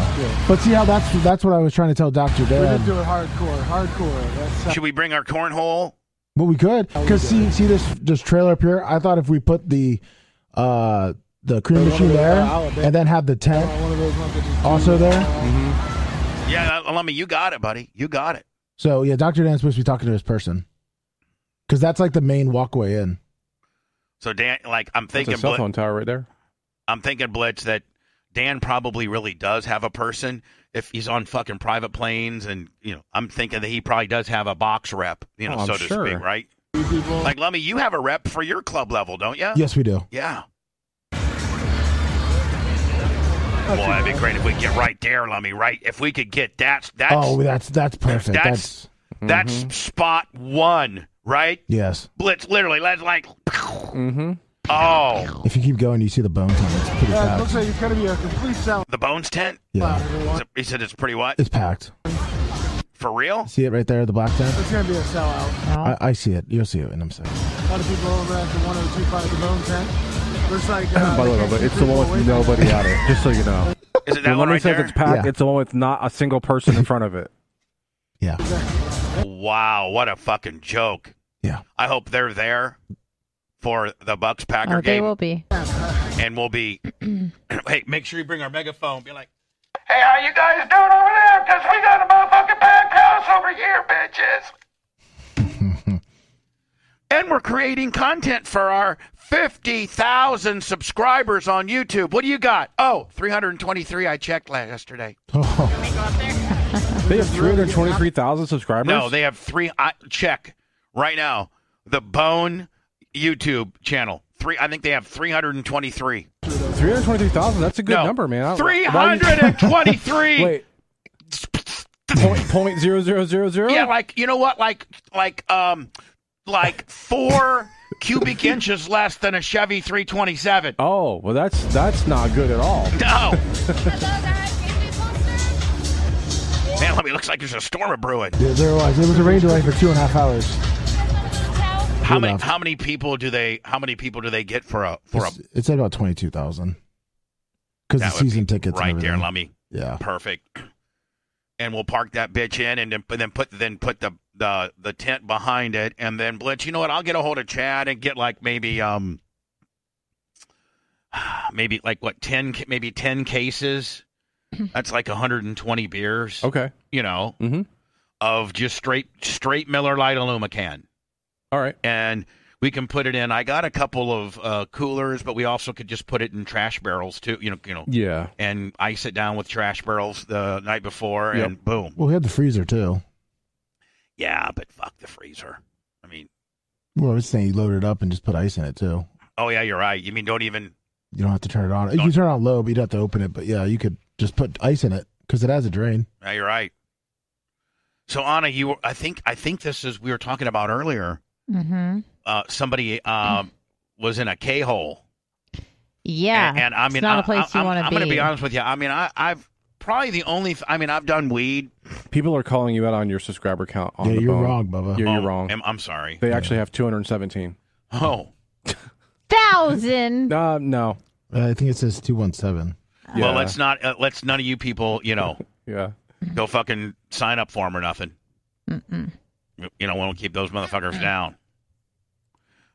[SPEAKER 3] But see how that's that's what I was trying to tell Doctor
[SPEAKER 6] We're gonna
[SPEAKER 3] Dan.
[SPEAKER 6] do it hardcore, hardcore. That's how
[SPEAKER 1] Should we bring our cornhole?
[SPEAKER 3] But we could because see see this this trailer up here. I thought if we put the uh the cream
[SPEAKER 6] They wanna
[SPEAKER 3] machine
[SPEAKER 6] go to
[SPEAKER 3] there
[SPEAKER 6] Alabama.
[SPEAKER 3] and then have the tent
[SPEAKER 6] one of those ones that just
[SPEAKER 3] also there.
[SPEAKER 1] Yeah, uh, Lummy, you got it, buddy. You got it.
[SPEAKER 3] So yeah, Doctor Dan's supposed to be talking to this person because that's like the main walkway in.
[SPEAKER 1] So Dan, like I'm
[SPEAKER 2] That's
[SPEAKER 1] thinking,
[SPEAKER 2] a cell
[SPEAKER 1] Blit-
[SPEAKER 2] phone tower right there.
[SPEAKER 1] I'm thinking Blitz that Dan probably really does have a person if he's on fucking private planes, and you know, I'm thinking that he probably does have a box rep, you know,
[SPEAKER 2] Oh, I'm
[SPEAKER 1] so to
[SPEAKER 2] sure.
[SPEAKER 1] speak, right?
[SPEAKER 6] two people.
[SPEAKER 1] Like Lummy, you have a rep for your club level, don't you?
[SPEAKER 3] Yes, we do.
[SPEAKER 1] Yeah. Boy, that'd be great if we could get right there, Lummy. Right, if we could get that, that's
[SPEAKER 3] oh, that's that's perfect.
[SPEAKER 1] that's-
[SPEAKER 3] That's,
[SPEAKER 1] that's
[SPEAKER 2] Mm-hmm.
[SPEAKER 1] spot one, right?
[SPEAKER 3] yes.
[SPEAKER 1] Blitz, literally, let's like,
[SPEAKER 2] Mm-hmm.
[SPEAKER 1] oh,
[SPEAKER 3] If you keep going, you see the bones on it. It's pretty
[SPEAKER 6] Yeah, it
[SPEAKER 3] packed.
[SPEAKER 6] looks like it's gonna be a complete sound.
[SPEAKER 1] the bones tent.
[SPEAKER 3] Yeah,
[SPEAKER 6] everyone.
[SPEAKER 1] He said it's pretty what?
[SPEAKER 3] it's packed.
[SPEAKER 1] For real?
[SPEAKER 3] See it right there, the black tent.
[SPEAKER 6] It's gonna be a sellout.
[SPEAKER 3] I, I see it. You'll see it in a second.
[SPEAKER 6] A lot of people over at the 1025 the Bone Tent. Looks like. Uh,
[SPEAKER 2] By the
[SPEAKER 6] they
[SPEAKER 2] way,
[SPEAKER 6] can't
[SPEAKER 2] but
[SPEAKER 6] see
[SPEAKER 2] it's the
[SPEAKER 6] people
[SPEAKER 2] one with
[SPEAKER 6] away from
[SPEAKER 2] nobody at it. Just so you know.
[SPEAKER 1] Is it
[SPEAKER 2] When
[SPEAKER 1] that one
[SPEAKER 2] Lummy
[SPEAKER 1] right
[SPEAKER 2] says
[SPEAKER 1] there?
[SPEAKER 2] it's packed,
[SPEAKER 3] Yeah.
[SPEAKER 2] it's the one with not a single person in front of it.
[SPEAKER 3] Yeah,
[SPEAKER 1] Wow, what a fucking joke.
[SPEAKER 3] yeah.
[SPEAKER 1] I hope they're there for the Bucks Packer
[SPEAKER 5] Oh, they
[SPEAKER 1] game
[SPEAKER 5] will be.
[SPEAKER 1] and we'll be Hey, make sure you bring our megaphone. Be like,
[SPEAKER 7] Hey, how you guys doing over there? Because we got a motherfucking packed house over here, bitches.
[SPEAKER 1] and we're creating content for our 50,000 subscribers on YouTube. What do you got? Oh, 323 I checked last yesterday.
[SPEAKER 2] They have 323,000 subscribers.
[SPEAKER 1] No, they have 3 I check right now. The Bone YouTube channel. 3 I think they have 323.
[SPEAKER 2] 323,000. That's a good
[SPEAKER 1] no.
[SPEAKER 2] number, man. I- why you-
[SPEAKER 1] 323.
[SPEAKER 2] Wait. Point, point zero zero zero zero.
[SPEAKER 1] Yeah, like you know what, like like um, like four cubic inches less than a Chevy 327.
[SPEAKER 2] Oh well, that's that's not good at all.
[SPEAKER 1] No. Man, let me. Looks like there's a storm brewing.
[SPEAKER 3] There, there was. It was a rain delay for two and a half hours.
[SPEAKER 1] How many?
[SPEAKER 3] enough.
[SPEAKER 1] How many people do they? How many people do they get for a for a?
[SPEAKER 3] It's, it's at about twenty two thousand because the
[SPEAKER 1] That would be
[SPEAKER 3] season tickets and
[SPEAKER 1] right there,
[SPEAKER 3] everything.
[SPEAKER 1] Lummy.
[SPEAKER 3] Yeah,
[SPEAKER 1] Perfect. And we'll park that bitch in, and then, and then put then put the, the the tent behind it, and then blitz. You know what? I'll get a hold of Chad and get like maybe um maybe like what ten ca- maybe ten cases. That's like 120 beers,
[SPEAKER 2] Okay.
[SPEAKER 1] you know,
[SPEAKER 2] Mm-hmm.
[SPEAKER 1] of just straight straight Miller Lite Alumican,
[SPEAKER 2] All right.
[SPEAKER 1] and we can put it in. I got a couple of uh, coolers, but we also could just put it in trash barrels too. You know, you know,
[SPEAKER 2] Yeah.
[SPEAKER 1] and ice it down with trash barrels the night before,
[SPEAKER 2] Yep.
[SPEAKER 1] and boom.
[SPEAKER 3] well, we had the freezer too.
[SPEAKER 1] Yeah, but fuck the freezer. I mean,
[SPEAKER 3] Well, I was saying you load it up and just put ice in it too.
[SPEAKER 1] oh yeah, you're right. You mean don't even?
[SPEAKER 3] You don't have to turn it on. You can turn it on low, but you'd have to open it. But yeah, you could just put ice in it because it has a drain.
[SPEAKER 1] Yeah, you're right. So Anna, you, were, I think, I think this is we were talking about earlier.
[SPEAKER 5] Mm-hmm.
[SPEAKER 1] Uh, somebody um, was in a K hole.
[SPEAKER 5] Yeah.
[SPEAKER 1] and, and I mean,
[SPEAKER 5] it's not
[SPEAKER 1] I,
[SPEAKER 5] a place
[SPEAKER 1] I,
[SPEAKER 5] you
[SPEAKER 1] I'm,
[SPEAKER 5] want to
[SPEAKER 1] I'm gonna be honest with you. I mean, I, I've probably the only. th- I mean, I've done weed.
[SPEAKER 2] People are calling you out on your subscriber count. On
[SPEAKER 3] yeah,
[SPEAKER 2] the
[SPEAKER 3] you're
[SPEAKER 2] bone.
[SPEAKER 3] wrong, Bubba.
[SPEAKER 2] You're, you're
[SPEAKER 1] Oh,
[SPEAKER 2] wrong.
[SPEAKER 1] I'm, I'm sorry.
[SPEAKER 2] They actually have 217.
[SPEAKER 1] Oh,
[SPEAKER 5] Thousand.
[SPEAKER 2] Uh, no.
[SPEAKER 3] Uh, I think it says two one seven.
[SPEAKER 2] Yeah.
[SPEAKER 1] well, let's not. Uh, let's none of you people. You know,
[SPEAKER 2] Yeah.
[SPEAKER 1] go fucking sign up for them or nothing.
[SPEAKER 5] Mm-mm.
[SPEAKER 1] you know, won't keep those motherfuckers down.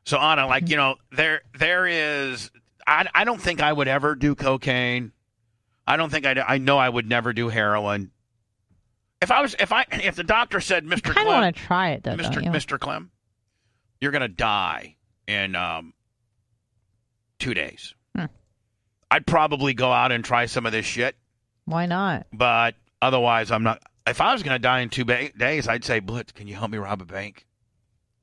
[SPEAKER 1] So Anna,
[SPEAKER 5] Mm-hmm.
[SPEAKER 1] like you know, there there is. I I don't think I would ever do cocaine. I don't think I. I know I would never do heroin. If I was, if I, if the doctor said, Mister
[SPEAKER 5] Kind of
[SPEAKER 1] Clem,
[SPEAKER 5] want to try it though,
[SPEAKER 1] Mister
[SPEAKER 5] don't you?
[SPEAKER 1] Mister Clem, you're gonna die in um two days.
[SPEAKER 5] Hmm.
[SPEAKER 1] I'd probably go out and try some of this shit,
[SPEAKER 5] Why not?
[SPEAKER 1] but Otherwise, I'm not. If I was going to die in two ba- days, I'd say, Blitz, can you help me rob a bank?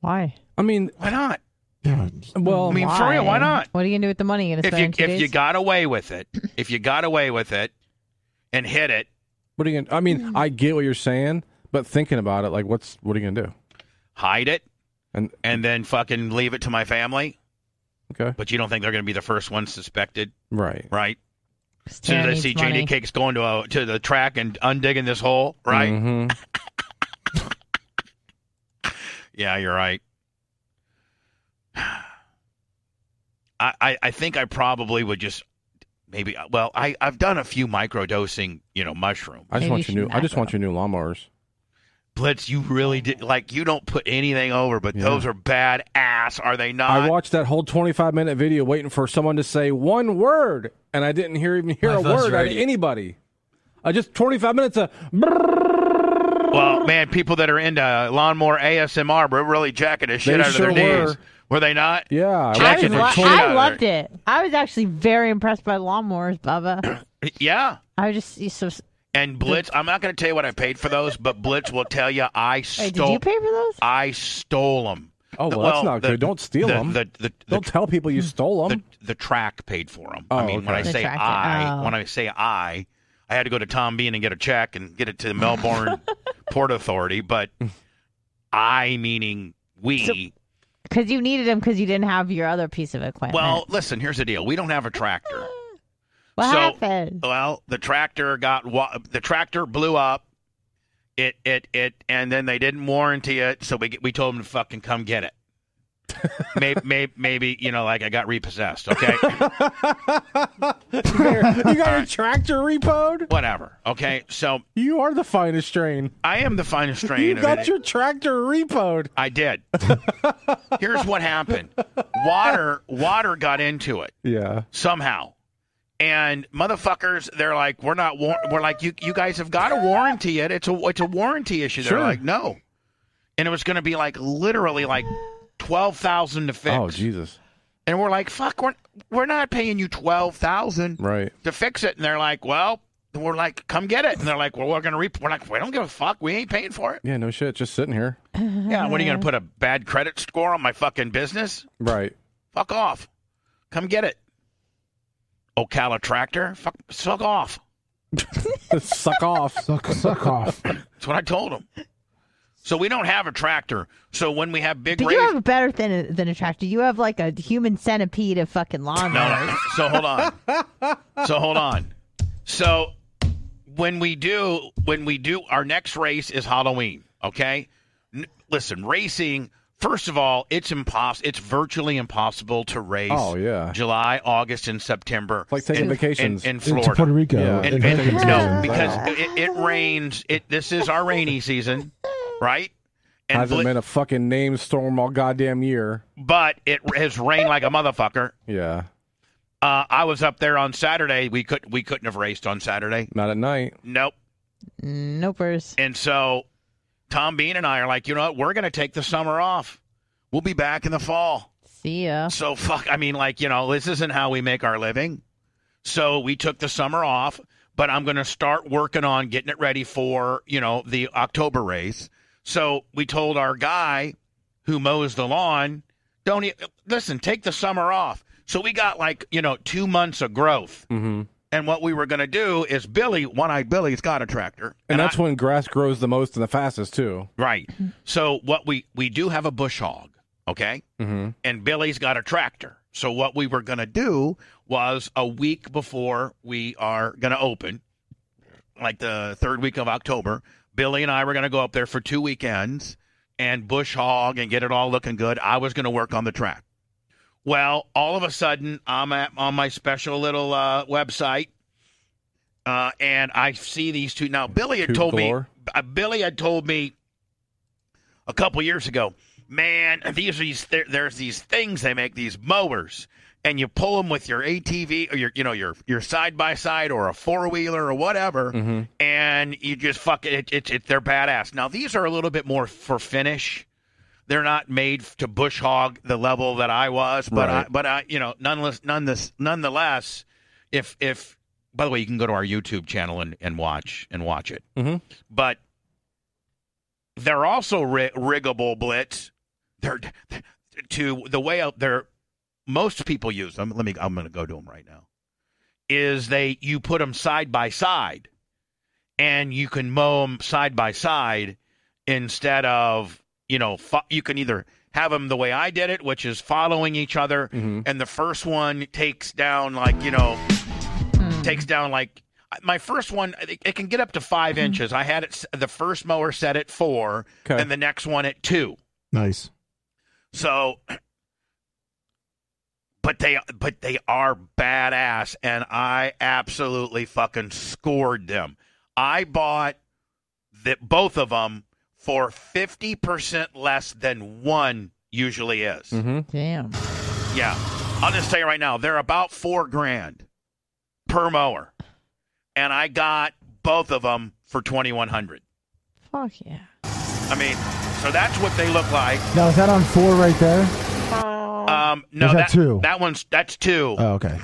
[SPEAKER 5] Why?
[SPEAKER 2] I mean,
[SPEAKER 1] Why not?
[SPEAKER 3] Yeah.
[SPEAKER 2] well,
[SPEAKER 1] I mean, for real, why not?
[SPEAKER 5] What are you gonna do with the money? You gonna
[SPEAKER 1] If
[SPEAKER 5] spend
[SPEAKER 1] you
[SPEAKER 5] in two
[SPEAKER 1] if
[SPEAKER 5] days?
[SPEAKER 1] you got away with it, if you got away with it, and hit it,
[SPEAKER 2] what are you? Gonna, I
[SPEAKER 3] Mm.
[SPEAKER 2] mean, I get what you're saying, but thinking about it, like, what's what are you gonna do?
[SPEAKER 1] hide it,
[SPEAKER 2] And
[SPEAKER 1] and then fucking leave it to my family.
[SPEAKER 2] okay,
[SPEAKER 1] But you don't think they're going to be the first ones suspected,
[SPEAKER 2] right?
[SPEAKER 1] right? As soon
[SPEAKER 5] Stan
[SPEAKER 1] as they
[SPEAKER 5] needs
[SPEAKER 1] see
[SPEAKER 5] money.
[SPEAKER 1] JD Cakes going to a, to the track and undigging this hole, right?
[SPEAKER 2] Mhm.
[SPEAKER 1] Yeah, you're right. I, I, I think I probably would just maybe well I I've done a few micro dosing you know mushroom
[SPEAKER 2] I just
[SPEAKER 5] Maybe
[SPEAKER 2] want
[SPEAKER 5] you
[SPEAKER 2] your
[SPEAKER 5] should
[SPEAKER 2] new. I just
[SPEAKER 5] macro.
[SPEAKER 2] want your new lawnmowers.
[SPEAKER 1] blitz you really did like you don't put anything over but
[SPEAKER 2] Yeah.
[SPEAKER 1] those are bad ass are they not
[SPEAKER 2] I watched that whole 25 minute video waiting for someone to say one word, and I didn't hear even hear
[SPEAKER 8] I
[SPEAKER 2] a
[SPEAKER 8] thought it was
[SPEAKER 2] word out of
[SPEAKER 8] radio.
[SPEAKER 2] anybody. I just 25 minutes of
[SPEAKER 1] well man people that are into lawnmower ASMR were really jacking the shit
[SPEAKER 2] They
[SPEAKER 1] out of their
[SPEAKER 2] sure were.
[SPEAKER 1] knees were they not
[SPEAKER 2] yeah.
[SPEAKER 1] Jack
[SPEAKER 5] I,
[SPEAKER 1] Jackson
[SPEAKER 5] was
[SPEAKER 1] from
[SPEAKER 5] lo-
[SPEAKER 1] Twitter.
[SPEAKER 5] I loved it. I was actually very impressed by lawnmowers, Bubba.
[SPEAKER 1] yeah
[SPEAKER 5] I was just he's so. s-
[SPEAKER 1] and Blitz I'm not going to tell you what I paid for those but Blitz will tell you I
[SPEAKER 5] Hey,
[SPEAKER 1] stole
[SPEAKER 5] did you pay for those?
[SPEAKER 1] I stole them
[SPEAKER 2] Oh well, that's not good. Don't steal them.
[SPEAKER 1] the, the, the,
[SPEAKER 2] Don't tell people you stole
[SPEAKER 1] the,
[SPEAKER 2] them.
[SPEAKER 1] the track paid for them. I
[SPEAKER 2] Um, Oh,
[SPEAKER 1] mean, when
[SPEAKER 2] okay.
[SPEAKER 1] I
[SPEAKER 5] The
[SPEAKER 1] say
[SPEAKER 5] track did.
[SPEAKER 1] I,
[SPEAKER 5] Oh.
[SPEAKER 1] when I say I, I had to go to Tom Bean and get a check and get it to the Melbourne Port Authority. But I, meaning we,
[SPEAKER 5] Because you needed them because you didn't have your other piece of equipment.
[SPEAKER 1] well, listen, here's the deal: we don't have a tractor.
[SPEAKER 5] what
[SPEAKER 1] so- uh,
[SPEAKER 5] happened?
[SPEAKER 1] well, the tractor got wa- the tractor blew up. It it it, and then they didn't warranty it, so we get- we told them to fucking come get it. maybe, maybe maybe you know, like I got repossessed. Okay.
[SPEAKER 2] you got your tractor repoed?
[SPEAKER 1] whatever. Okay, so
[SPEAKER 2] You are the finest train.
[SPEAKER 1] I am the finest strain.
[SPEAKER 2] You
[SPEAKER 1] of
[SPEAKER 2] got
[SPEAKER 1] it.
[SPEAKER 2] your tractor repoed.
[SPEAKER 1] I did. Here's what happened: water, water got into it
[SPEAKER 2] Yeah.
[SPEAKER 1] somehow, and motherfuckers, they're like, "We're not. War- we're like, you, you guys have got to warranty it. It's a, it's a warranty issue." They're
[SPEAKER 2] Sure.
[SPEAKER 1] like, "No," and it was going to be like literally like twelve thousand to fix.
[SPEAKER 2] Oh Jesus.
[SPEAKER 1] And we're like, "Fuck, we're we're not paying you twelve thousand
[SPEAKER 2] Right.
[SPEAKER 1] to fix it." And they're like, "Well." And we're like, come get it, and they're like, well, we're gonna re. We're like, we don't give a fuck. We ain't paying for it.
[SPEAKER 2] Yeah. No shit. Just sitting here.
[SPEAKER 1] Yeah, what are you going to put a bad credit score on my fucking business?
[SPEAKER 2] Right.
[SPEAKER 1] Fuck off. Come get it. Ocala tractor, fuck, suck off.
[SPEAKER 2] Suck off.
[SPEAKER 3] Suck, suck off.
[SPEAKER 1] That's what I told him. So we don't have a tractor. So when we have big
[SPEAKER 5] Did
[SPEAKER 1] raise,
[SPEAKER 5] you have a better than than a tractor? You have like a human centipede of fucking lawnmowers.
[SPEAKER 1] no, no. So hold on. So hold on. So when we do, when we do, our next race is Halloween. Okay. N- listen, racing. First of all, it's impossible. It's virtually impossible to race.
[SPEAKER 2] Oh yeah.
[SPEAKER 1] July, August, and September.
[SPEAKER 2] It's like taking
[SPEAKER 1] in,
[SPEAKER 2] vacations.
[SPEAKER 1] in, in
[SPEAKER 3] Into Puerto
[SPEAKER 1] Florida.
[SPEAKER 3] Rico.
[SPEAKER 2] Yeah.
[SPEAKER 1] And,
[SPEAKER 3] In
[SPEAKER 1] and-
[SPEAKER 3] hurricane
[SPEAKER 1] no,
[SPEAKER 3] season.
[SPEAKER 1] because it, it rains. It this is our rainy season, right? And
[SPEAKER 2] Hasn't
[SPEAKER 1] bl-
[SPEAKER 2] been a fucking name storm all goddamn year.
[SPEAKER 1] but it has rained like a motherfucker.
[SPEAKER 2] Yeah.
[SPEAKER 1] Uh, I was up there on Saturday. We could we couldn't have raced on Saturday.
[SPEAKER 2] Not at night.
[SPEAKER 1] Nope.
[SPEAKER 5] Nopers.
[SPEAKER 1] And so Tom Bean and I are like, you know what? We're gonna take the summer off. We'll be back in the fall.
[SPEAKER 5] See ya.
[SPEAKER 1] So fuck. I mean, like you know, this isn't how we make our living. So we took the summer off, but I'm going to start working on getting it ready for you know the October race. So we told our guy who mows the lawn, don't e- listen. Take the summer off. So we got like you know two months of growth.
[SPEAKER 2] Mm-hmm.
[SPEAKER 1] And what we were going to do is Billy, one-eyed Billy's got a tractor,
[SPEAKER 2] And,
[SPEAKER 1] I-
[SPEAKER 2] that's when grass grows the most and the fastest too.
[SPEAKER 1] right. So what we we do have a bush hog, okay?
[SPEAKER 2] Mm-hmm.
[SPEAKER 1] and Billy's got a tractor. So what we were going to do was a week before we are going to open, like the third week of October, Billy and I were going to go up there for two weekends and bush hog and get it all looking good. I was going to work on the track. Well, all of a sudden, I'm at, on my special little uh, website, uh, and I see these two. Now, Billy had
[SPEAKER 2] Two
[SPEAKER 1] told
[SPEAKER 2] galore.
[SPEAKER 1] me, uh, Billy had told me a couple years ago, man, these are these there, there's these things they make these mowers, and you pull them with your ATV or your you know your your side by side or a four wheeler or whatever,
[SPEAKER 2] Mm-hmm.
[SPEAKER 1] and you just fuck it, it, it. They're badass. Now these are a little bit more for finish. They're not made to bush hog the level that I was, but I,
[SPEAKER 2] Right.
[SPEAKER 1] but I, you know, nonetheless, nonetheless, nonetheless, if if by the way, you can go to our YouTube channel and, and watch and watch it.
[SPEAKER 2] Mhm.
[SPEAKER 1] But they're also ri- riggable blitz. They're to the way out there. Most people use them. Let me. I'm going to go to them right now. Is they you put them side by side, and you can mow them side by side instead of you know fo- you can either have them the way I did it, which is following each other,
[SPEAKER 2] mm-hmm,
[SPEAKER 1] and the first one takes down like you know takes down like my first one it, it can get up to five inches i had it s- the first mower set at four
[SPEAKER 2] Okay.
[SPEAKER 1] and the next one at two
[SPEAKER 3] Nice.
[SPEAKER 1] so but they but they are badass and i absolutely fucking scored them i bought the, both of them for 50% less than one usually is
[SPEAKER 2] Mm-hmm.
[SPEAKER 5] Damn.
[SPEAKER 3] Mm-hmm.
[SPEAKER 1] yeah. I'll just tell you right now, they're about four grand per mower. And I got both of them for 2100
[SPEAKER 5] Fuck yeah.
[SPEAKER 1] I mean, so that's what they look like.
[SPEAKER 3] Now is that on four right there?
[SPEAKER 1] Um, no,
[SPEAKER 3] Is that two?
[SPEAKER 1] That one's, that's two.
[SPEAKER 3] Oh, okay.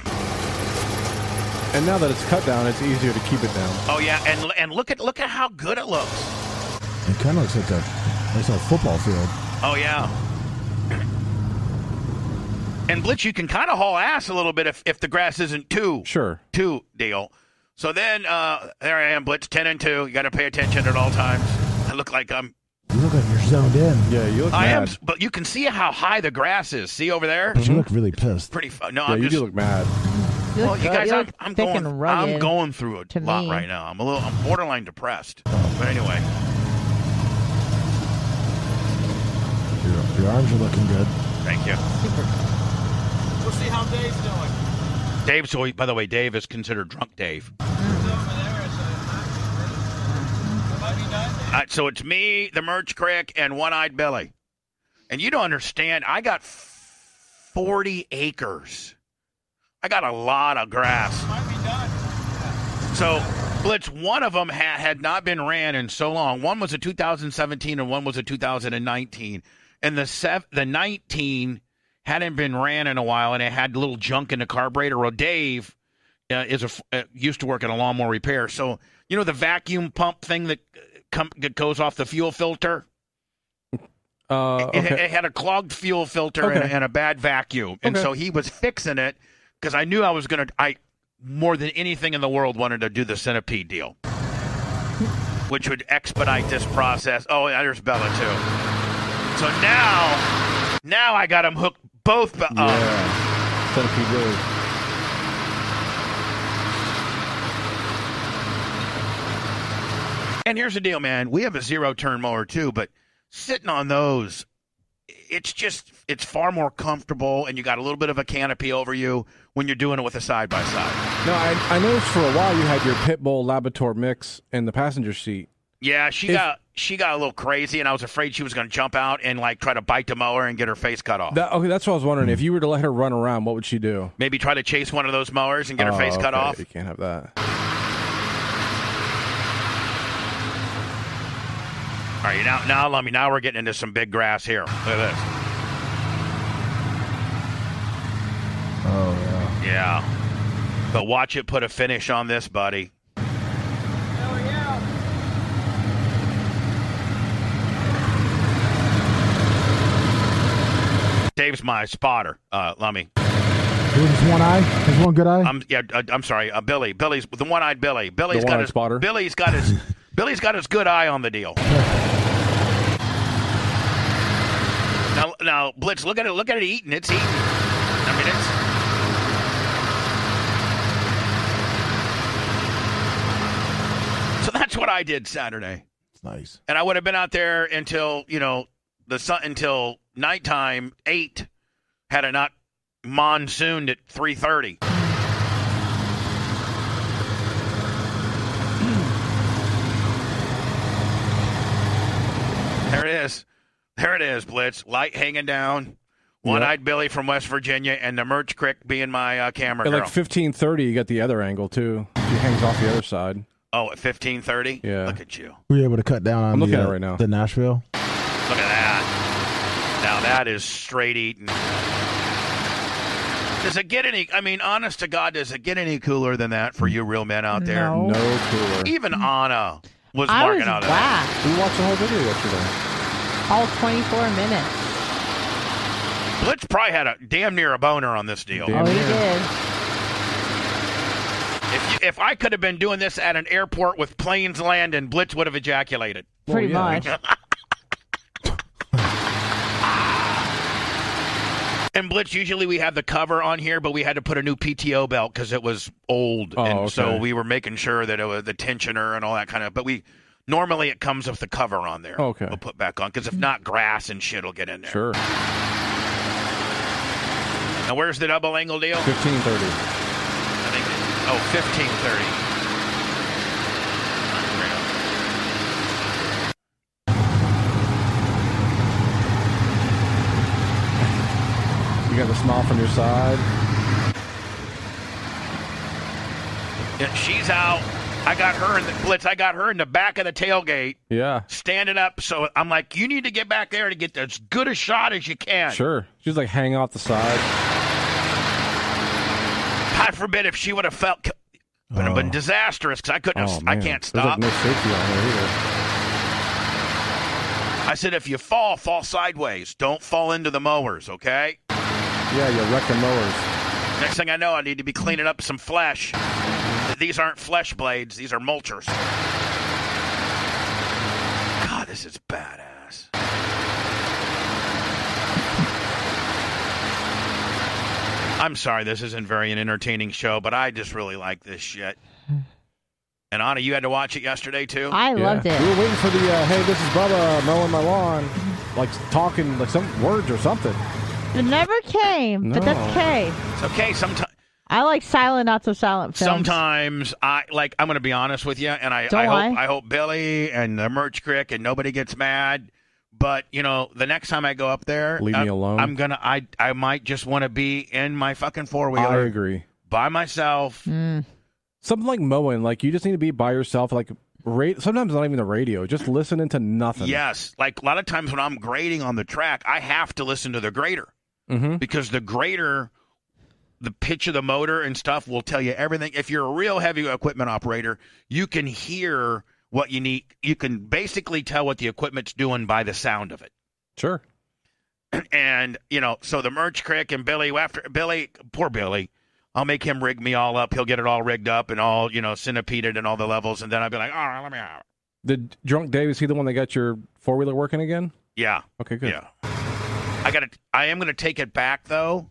[SPEAKER 2] And now that it's cut down, it's easier to keep it down.
[SPEAKER 1] oh, yeah. And and look at look at how good it looks.
[SPEAKER 3] It kind of looks like a looks like a football field.
[SPEAKER 1] Oh, yeah. And Blitz, you can kind of haul ass a little bit if, if the grass isn't too
[SPEAKER 2] Sure.
[SPEAKER 1] two deal. So then uh, there I am, Blitz, 10 and 2. You got to pay attention at all times. I look like I'm
[SPEAKER 3] You look like you're zoned in.
[SPEAKER 2] Yeah, you look
[SPEAKER 1] I am,
[SPEAKER 2] mad.
[SPEAKER 1] s- but you can see how high the grass is. See over there?
[SPEAKER 5] Mm-hmm.
[SPEAKER 2] Mm-hmm.
[SPEAKER 3] But you look really pissed.
[SPEAKER 1] Pretty. Fu- no,
[SPEAKER 2] yeah,
[SPEAKER 1] I'm
[SPEAKER 2] you
[SPEAKER 1] just.
[SPEAKER 2] do look mad.
[SPEAKER 5] You
[SPEAKER 1] well,
[SPEAKER 5] look
[SPEAKER 1] you
[SPEAKER 5] good.
[SPEAKER 1] guys,
[SPEAKER 5] You
[SPEAKER 1] I'm,
[SPEAKER 5] look
[SPEAKER 1] I'm
[SPEAKER 5] thick
[SPEAKER 1] going.
[SPEAKER 5] and
[SPEAKER 1] I'm
[SPEAKER 5] rugged.
[SPEAKER 1] going through a
[SPEAKER 5] to
[SPEAKER 1] lot
[SPEAKER 5] me.
[SPEAKER 1] right now. I'm a little. I'm borderline depressed. But anyway,
[SPEAKER 3] Your, your arms are looking good.
[SPEAKER 1] thank you,
[SPEAKER 9] We'll see how Dave's doing.
[SPEAKER 1] Dave. So, he- by the way, Dave is considered drunk Dave.
[SPEAKER 9] He's over there, so it might be done.
[SPEAKER 1] Uh, so it's me, the merch crick, and one-eyed Billy. And you don't understand. I got f- forty acres. I got a lot of grass.
[SPEAKER 9] Might be done.
[SPEAKER 1] So, Blitz, one of them had, had not been ran in so long. One was a 2017 and one was a 2019. And the sev- the 19 hadn't been ran in a while and it had little junk in the carburetor. Well, Dave uh, is a, f- uh, used to work at a lawnmower repair. So, you know the vacuum pump thing that, uh, com- that goes off the fuel filter?
[SPEAKER 2] Uh,
[SPEAKER 1] It,
[SPEAKER 2] okay.
[SPEAKER 1] it had a clogged fuel filter and, a,
[SPEAKER 2] Okay.
[SPEAKER 1] and a bad vacuum. And
[SPEAKER 2] Okay.
[SPEAKER 1] so he was fixing it because I knew I was going to, I more than anything in the world wanted to do the centipede deal, which would expedite this process. Oh, yeah, there's Bella too. So now, now I got him hooked both. um, Be- up.
[SPEAKER 2] yeah. Centipede really.
[SPEAKER 1] And here's the deal, man. We have a zero turn mower too, but sitting on those, it's just, it's far more comfortable and you got a little bit of a canopy over you when you're doing it with a side by side.
[SPEAKER 2] No, I, I noticed for a while you had your Pitbull Labrador mix in the passenger seat.
[SPEAKER 1] Yeah, she
[SPEAKER 2] If-
[SPEAKER 1] got she got a little crazy, and I was afraid she was going to jump out and like try to bite the mower and get her face cut off.
[SPEAKER 2] That, okay, that's what I was wondering. If you were to let her run around, what would she do?
[SPEAKER 1] Maybe try to chase one of those mowers and get her
[SPEAKER 2] Oh,
[SPEAKER 1] face cut
[SPEAKER 2] okay,
[SPEAKER 1] off.
[SPEAKER 2] You can't have that.
[SPEAKER 1] All right, now now let me. Now we're getting into some big grass here. Look at
[SPEAKER 3] Oh yeah.
[SPEAKER 1] this. Yeah, but watch it put a finish on this, buddy.
[SPEAKER 9] Hell yeah.
[SPEAKER 1] Dave's my spotter. Uh, Lummy.
[SPEAKER 3] Dude, there's one eye. There's one good eye.
[SPEAKER 1] I'm yeah. Uh, I'm sorry. Uh, Billy. Billy's the one-eyed Billy. Billy's got
[SPEAKER 2] one-eyed
[SPEAKER 1] his
[SPEAKER 2] spotter.
[SPEAKER 1] Billy's got his Billy's got his good eye on the deal. now, now, Blitz, look at it. Look at it eating. It's eating. I mean, it's. So that's what I did Saturday,
[SPEAKER 3] It's nice.
[SPEAKER 1] and I would have been out there until you know the sun until nighttime eight, had it not monsooned at three thirty. There it is. There it is, Blitz. Light hanging down. One eyed Billy from West Virginia and the Merch Crick being my uh, camera
[SPEAKER 2] At
[SPEAKER 1] girl.
[SPEAKER 2] like fifteen thirty, you got the other angle too. She hangs off the other side.
[SPEAKER 1] oh, at 1530?
[SPEAKER 2] Yeah.
[SPEAKER 1] Look at you.
[SPEAKER 3] Were you able to cut down on
[SPEAKER 2] I'm looking
[SPEAKER 3] the,
[SPEAKER 2] at it
[SPEAKER 3] uh,
[SPEAKER 2] right now.
[SPEAKER 3] the Nashville?
[SPEAKER 1] Look at that. Now that is straight eating. Does it get any? I mean, honest to God, does it get any cooler than that for you real men out there?
[SPEAKER 5] No. Mm.
[SPEAKER 2] No cooler.
[SPEAKER 1] Even Anna was
[SPEAKER 5] I
[SPEAKER 1] marking
[SPEAKER 5] was
[SPEAKER 1] out of that.
[SPEAKER 5] whacked
[SPEAKER 2] We watched the whole video yesterday.
[SPEAKER 5] all 24 minutes.
[SPEAKER 1] Blitz probably had a damn near a boner on this deal.
[SPEAKER 2] Damn
[SPEAKER 5] oh, he
[SPEAKER 2] near.
[SPEAKER 5] did.
[SPEAKER 1] If you, if I could have been doing this at an airport with planes landing, Blitz would have ejaculated.
[SPEAKER 5] Pretty
[SPEAKER 2] yeah.
[SPEAKER 5] much.
[SPEAKER 1] And Blitz, usually we have the cover on here, but we had to put a new PTO belt because it was old,
[SPEAKER 2] Oh,
[SPEAKER 1] and
[SPEAKER 2] okay.
[SPEAKER 1] so we were making sure that it was the tensioner and all that kind of. But we normally it comes with the cover on there.
[SPEAKER 2] Oh, Okay.
[SPEAKER 1] we'll put back on because if not, grass and shit will get in there.
[SPEAKER 2] Sure.
[SPEAKER 1] Now where's the double angle deal?
[SPEAKER 2] Fifteen thirty.
[SPEAKER 1] I think. Oh, 1530.
[SPEAKER 2] You got the smile from your side.
[SPEAKER 1] Yeah, she's out. I got her in the blitz. I got her in the back of the tailgate,
[SPEAKER 2] Yeah.
[SPEAKER 1] standing up. So I'm like, you need to get back there to get as good a shot as you can.
[SPEAKER 2] Sure. She's like hanging off the side.
[SPEAKER 1] God forbid if she would have felt. Would have been
[SPEAKER 2] Oh.
[SPEAKER 1] disastrous because I couldn't.
[SPEAKER 2] Oh
[SPEAKER 1] have, I
[SPEAKER 2] man.
[SPEAKER 1] can't
[SPEAKER 2] There's
[SPEAKER 1] stop.
[SPEAKER 2] like no safety on there either.
[SPEAKER 1] I said, if you fall, fall sideways. Don't fall into the mowers, okay?
[SPEAKER 2] Yeah, you wreck the mowers.
[SPEAKER 1] Next thing I know, I need to be cleaning up some flesh. These aren't flesh blades, these are mulchers. God, this is badass. I'm sorry, this isn't very an entertaining show, but I just really like this shit. And Anna, you had to watch it yesterday too.
[SPEAKER 5] I
[SPEAKER 2] Yeah.
[SPEAKER 5] loved
[SPEAKER 2] We
[SPEAKER 5] it.
[SPEAKER 2] were waiting for the uh, hey, this is Bubba mowing my lawn, like talking like some words or something.
[SPEAKER 5] It never came, but
[SPEAKER 2] No.
[SPEAKER 5] that's okay.
[SPEAKER 1] It's okay. Sometimes,
[SPEAKER 5] I like silent, not so silent films.
[SPEAKER 1] sometimes I like. I'm going to be honest with you, and I,
[SPEAKER 5] Don't
[SPEAKER 1] I hope
[SPEAKER 5] lie.
[SPEAKER 1] I hope Billy and the merch crick and nobody gets mad. But you know, the next time I go up there,
[SPEAKER 2] Leave me
[SPEAKER 1] I'm,
[SPEAKER 2] alone.
[SPEAKER 1] I'm gonna. I I might just want to be in my fucking four
[SPEAKER 2] I
[SPEAKER 1] wheeler
[SPEAKER 2] agree.
[SPEAKER 1] by myself.
[SPEAKER 5] Mm.
[SPEAKER 2] Something like mowing, like you just need to be by yourself. Like ra- sometimes not even the radio, just listening to nothing.
[SPEAKER 1] Yes, like a lot of times when I'm grading on the track, I have to listen to the grader
[SPEAKER 2] Mm-hmm.
[SPEAKER 1] because the grader, the pitch of the motor and stuff will tell you everything. If you're a real heavy equipment operator, you can hear what you need. You can basically tell what the equipment's doing by the sound of it.
[SPEAKER 2] Sure.
[SPEAKER 1] and you know, so the merch crick and Billy after Billy, poor Billy, I'll make him rig me all up. He'll get it all rigged up and all you know, centipeded and all the levels, and then I'll be like, all right, let me out.
[SPEAKER 2] Did drunk Dave is he the one that got your four wheeler working again?
[SPEAKER 1] Yeah,
[SPEAKER 2] Okay, good.
[SPEAKER 1] yeah. I got to I am gonna take it back though.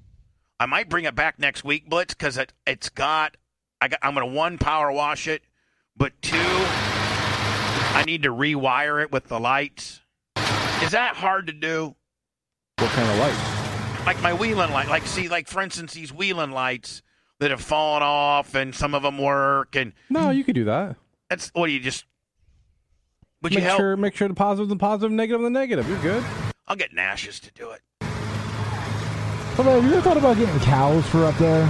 [SPEAKER 1] I might bring it back next week, Blitz, because it it's got. I got. I'm gonna one power wash it, but two, I need to rewire it with the lights. Is that hard to do?
[SPEAKER 2] What kind of light?
[SPEAKER 1] like my wheeling light. Like, see, like for instance, these wheeling lights that have fallen off, and some of them work, and
[SPEAKER 2] No, you could do that.
[SPEAKER 1] that's what do you just. Would you
[SPEAKER 2] make
[SPEAKER 1] help?
[SPEAKER 2] sure, make sure the positive, the positive, negative, the negative. You're good.
[SPEAKER 1] I'll get Nash's to do it.
[SPEAKER 3] But have you ever thought about getting cows for up there?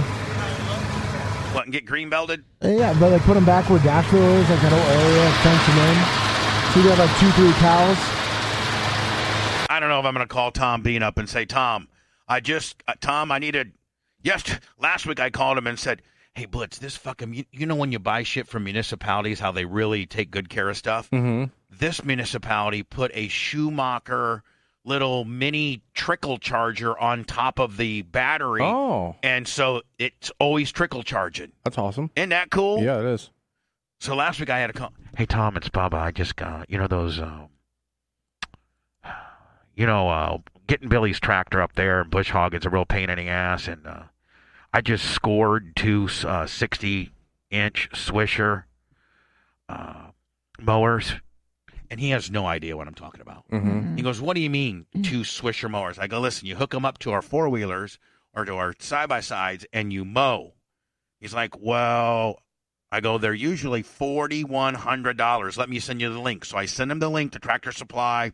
[SPEAKER 1] What and get green belted?
[SPEAKER 3] Uh, Yeah, but like put them back where Nashville is, like that whole area, fence them in. So you have like two, three cows.
[SPEAKER 1] I don't know if I'm going to call Tom Bean up and say, Tom, I just uh, Tom, I needed. Yes, last week I called him and said, Hey Blitz, this fucking you, you know when you buy shit from municipalities, how they really take good care of stuff.
[SPEAKER 2] Mm-hmm.
[SPEAKER 1] this municipality put a Schumacher little mini trickle charger on top of the battery.
[SPEAKER 2] Oh,
[SPEAKER 1] And so it's always trickle charging.
[SPEAKER 2] that's awesome.
[SPEAKER 1] Isn't that cool?
[SPEAKER 2] Yeah, it is.
[SPEAKER 1] So last week I had a call. Hey, Tom, it's Bubba. I just got, you know, those, um, you know, uh, getting Billy's tractor up there in Bush Hog is a real pain in the ass. And uh, I just scored two uh, 60 inch Swisher uh, mowers. And he has no idea what I'm talking about.
[SPEAKER 2] Mm-hmm.
[SPEAKER 1] He goes, What do you mean, two Swisher mowers? I go, Listen, you hook them up to our four wheelers or to our side by sides and you mow. He's like, Well, I go, They're usually $4,100. Let me send you the link. So I send him the link to Tractor Supply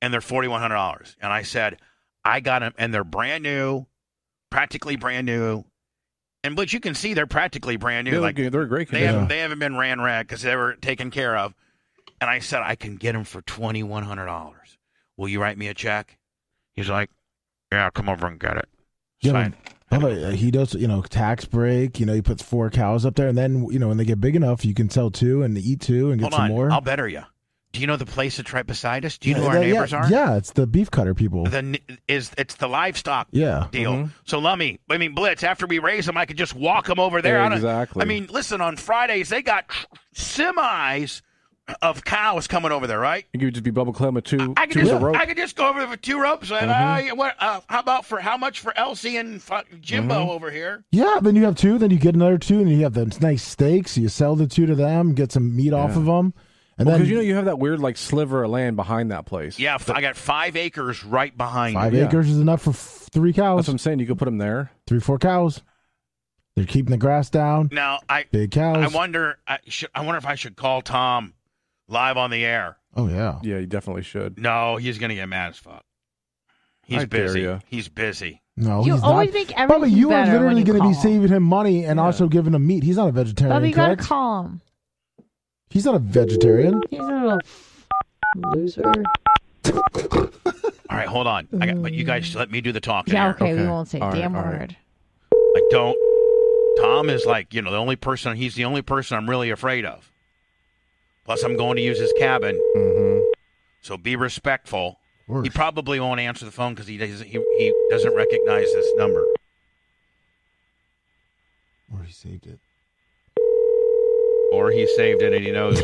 [SPEAKER 1] and they're $4,100. And I said, I got them and they're brand new, practically brand new. And but you can see they're practically brand new.
[SPEAKER 2] They're,
[SPEAKER 1] like
[SPEAKER 2] good- they're a great.
[SPEAKER 1] they
[SPEAKER 2] condition.
[SPEAKER 1] haven't they haven't been ran rag because they were taken care of. And I said I can get them for twenty one hundred dollars. Will you write me a check? He's like, Yeah, come over and get it.
[SPEAKER 3] Give
[SPEAKER 1] Sign-
[SPEAKER 3] Well, but he does, uh, you know, tax break. You know, he puts four cows up there, and then you know when they get big enough, you can sell two and eat two and get
[SPEAKER 1] Hold
[SPEAKER 3] some
[SPEAKER 1] on,
[SPEAKER 3] more.
[SPEAKER 1] I'll better you. Do you know the place that's right beside us? Do you know who
[SPEAKER 3] Yeah,
[SPEAKER 1] our neighbors
[SPEAKER 3] yeah,
[SPEAKER 1] are?
[SPEAKER 3] Yeah, it's the beef cutter people.
[SPEAKER 1] The n- is it's the livestock
[SPEAKER 3] Yeah.
[SPEAKER 1] deal. So Lummy, I mean Blitz. After we raise them, I could just walk them over there. I don't-
[SPEAKER 2] Exactly.
[SPEAKER 1] I mean, listen. On Fridays, they got tr- semis of cows coming over there, right?
[SPEAKER 2] You could just be Bubba Clem with two,
[SPEAKER 1] I could
[SPEAKER 2] two with
[SPEAKER 1] just
[SPEAKER 2] a rope. Mm-hmm.
[SPEAKER 1] I could just go over there with two ropes. And uh, what? Uh, how about for how much for Elsie and fu- Jimbo
[SPEAKER 2] Mm-hmm.
[SPEAKER 1] over here?
[SPEAKER 3] Yeah, then you have two, then you get another two, and you have the nice steaks. You sell the two to them, get some meat off of them, and
[SPEAKER 2] Because
[SPEAKER 3] then
[SPEAKER 2] you know you have that weird like sliver of land behind that place.
[SPEAKER 1] Yeah, f- I got five acres right behind.
[SPEAKER 3] five
[SPEAKER 1] you.
[SPEAKER 2] yeah.
[SPEAKER 3] acres is enough for f- three
[SPEAKER 2] that's
[SPEAKER 3] cows,
[SPEAKER 2] what I'm saying. You could put them there.
[SPEAKER 3] three four cows. They're keeping the grass down.
[SPEAKER 1] Now I
[SPEAKER 3] Big cows.
[SPEAKER 1] I wonder. I, should, I wonder if I should call Tom live on the air.
[SPEAKER 3] oh yeah.
[SPEAKER 2] Yeah, you definitely should.
[SPEAKER 1] No, he's gonna get mad as fuck. He's
[SPEAKER 2] I dare
[SPEAKER 1] busy.
[SPEAKER 2] ya.
[SPEAKER 1] He's busy.
[SPEAKER 3] No,
[SPEAKER 5] You
[SPEAKER 3] he's
[SPEAKER 5] always
[SPEAKER 3] not.
[SPEAKER 5] make
[SPEAKER 3] Bubba,
[SPEAKER 5] everything
[SPEAKER 3] you are
[SPEAKER 5] better when
[SPEAKER 3] literally
[SPEAKER 5] you
[SPEAKER 3] going to be
[SPEAKER 5] call.
[SPEAKER 3] saving him money and
[SPEAKER 2] Yeah.
[SPEAKER 3] also giving him meat. He's not a vegetarian,
[SPEAKER 5] Bubba, you gotta
[SPEAKER 3] correct?
[SPEAKER 5] call him.
[SPEAKER 3] he's not a vegetarian.
[SPEAKER 5] He's a little loser.
[SPEAKER 1] All right, hold on. I got, but you guys let me do the talking.
[SPEAKER 5] Yeah,
[SPEAKER 1] here.
[SPEAKER 5] okay, we
[SPEAKER 2] Okay.
[SPEAKER 5] won't say a
[SPEAKER 2] All right,
[SPEAKER 5] damn
[SPEAKER 2] all right.
[SPEAKER 5] word.
[SPEAKER 1] I don't. Tom is like you know the only person. He's the only person I'm really afraid of. Plus, I'm going to use his cabin,
[SPEAKER 2] Mm-hmm.
[SPEAKER 1] so be respectful.
[SPEAKER 3] Of course.
[SPEAKER 1] He probably won't answer the phone because he doesn't. He, he doesn't recognize this number.
[SPEAKER 3] Or he saved it.
[SPEAKER 1] Or he saved it and he knows.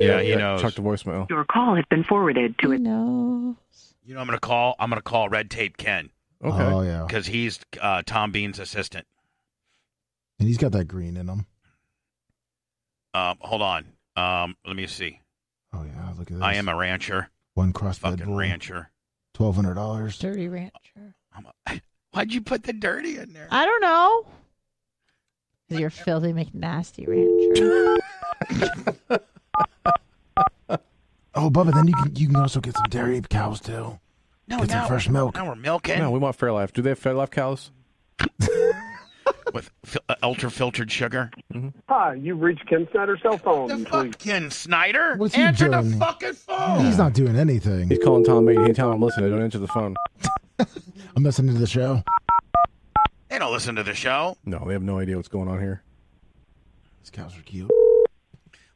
[SPEAKER 1] yeah, he knows.
[SPEAKER 2] Chuck the voicemail.
[SPEAKER 10] Your call has been forwarded to
[SPEAKER 5] He knows.
[SPEAKER 1] You know, I'm gonna call. I'm gonna call Red Tape Ken
[SPEAKER 2] Okay.
[SPEAKER 3] Oh yeah,
[SPEAKER 1] because he's uh, Tom Bean's assistant.
[SPEAKER 3] and he's got that green in him.
[SPEAKER 1] Um, hold on. Um, let me see.
[SPEAKER 3] Oh yeah, look at this.
[SPEAKER 1] I am a rancher.
[SPEAKER 3] one crossbred
[SPEAKER 1] Fucking rancher.
[SPEAKER 3] Twelve hundred dollars.
[SPEAKER 5] Dirty rancher.
[SPEAKER 1] I'm a- Why'd you put the dirty in there?
[SPEAKER 5] I don't know. 'Cause You're filthy McNasty rancher.
[SPEAKER 3] Oh, Bubba, then you can you can also get some dairy cows too.
[SPEAKER 1] No,
[SPEAKER 3] Get some
[SPEAKER 1] now-
[SPEAKER 3] fresh milk.
[SPEAKER 1] Now we're milking
[SPEAKER 2] No, we want Fairlife. Do they have Fairlife cows?
[SPEAKER 1] with fil- uh, ultra filtered sugar.
[SPEAKER 9] Hi, you've reached Kim Snyder's cell
[SPEAKER 11] Oh,
[SPEAKER 9] phone.
[SPEAKER 1] The
[SPEAKER 9] Please
[SPEAKER 1] fucking Snyder.
[SPEAKER 3] What's he
[SPEAKER 1] Answer the
[SPEAKER 3] doing?
[SPEAKER 1] fucking phone.
[SPEAKER 3] He's not doing anything.
[SPEAKER 2] He's calling Tom Bean. Hey, Tom, I'm listening. Don't answer the phone.
[SPEAKER 3] I'm listening to the show.
[SPEAKER 1] They don't listen to the show.
[SPEAKER 2] No, they have no idea what's going on here.
[SPEAKER 3] These cows are cute.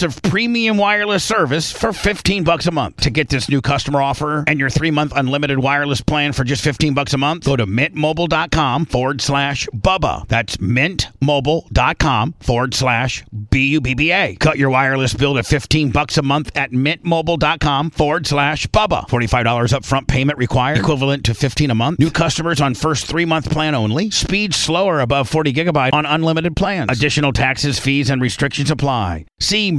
[SPEAKER 1] of premium wireless service for 15 bucks a month. To get this new customer offer and your 3-month unlimited wireless plan for just 15 bucks a month, go to mintmobile.com forward slash Bubba. That's mintmobile.com forward slash B-U-B-B-A. Cut your wireless bill to 15 bucks a month at mintmobile.com forward slash Bubba. $45 upfront payment required, equivalent to 15 a month. New customers on first three-month plan only. Speed slower above 40 gigabyte on unlimited plans. Additional taxes, fees, and restrictions apply. See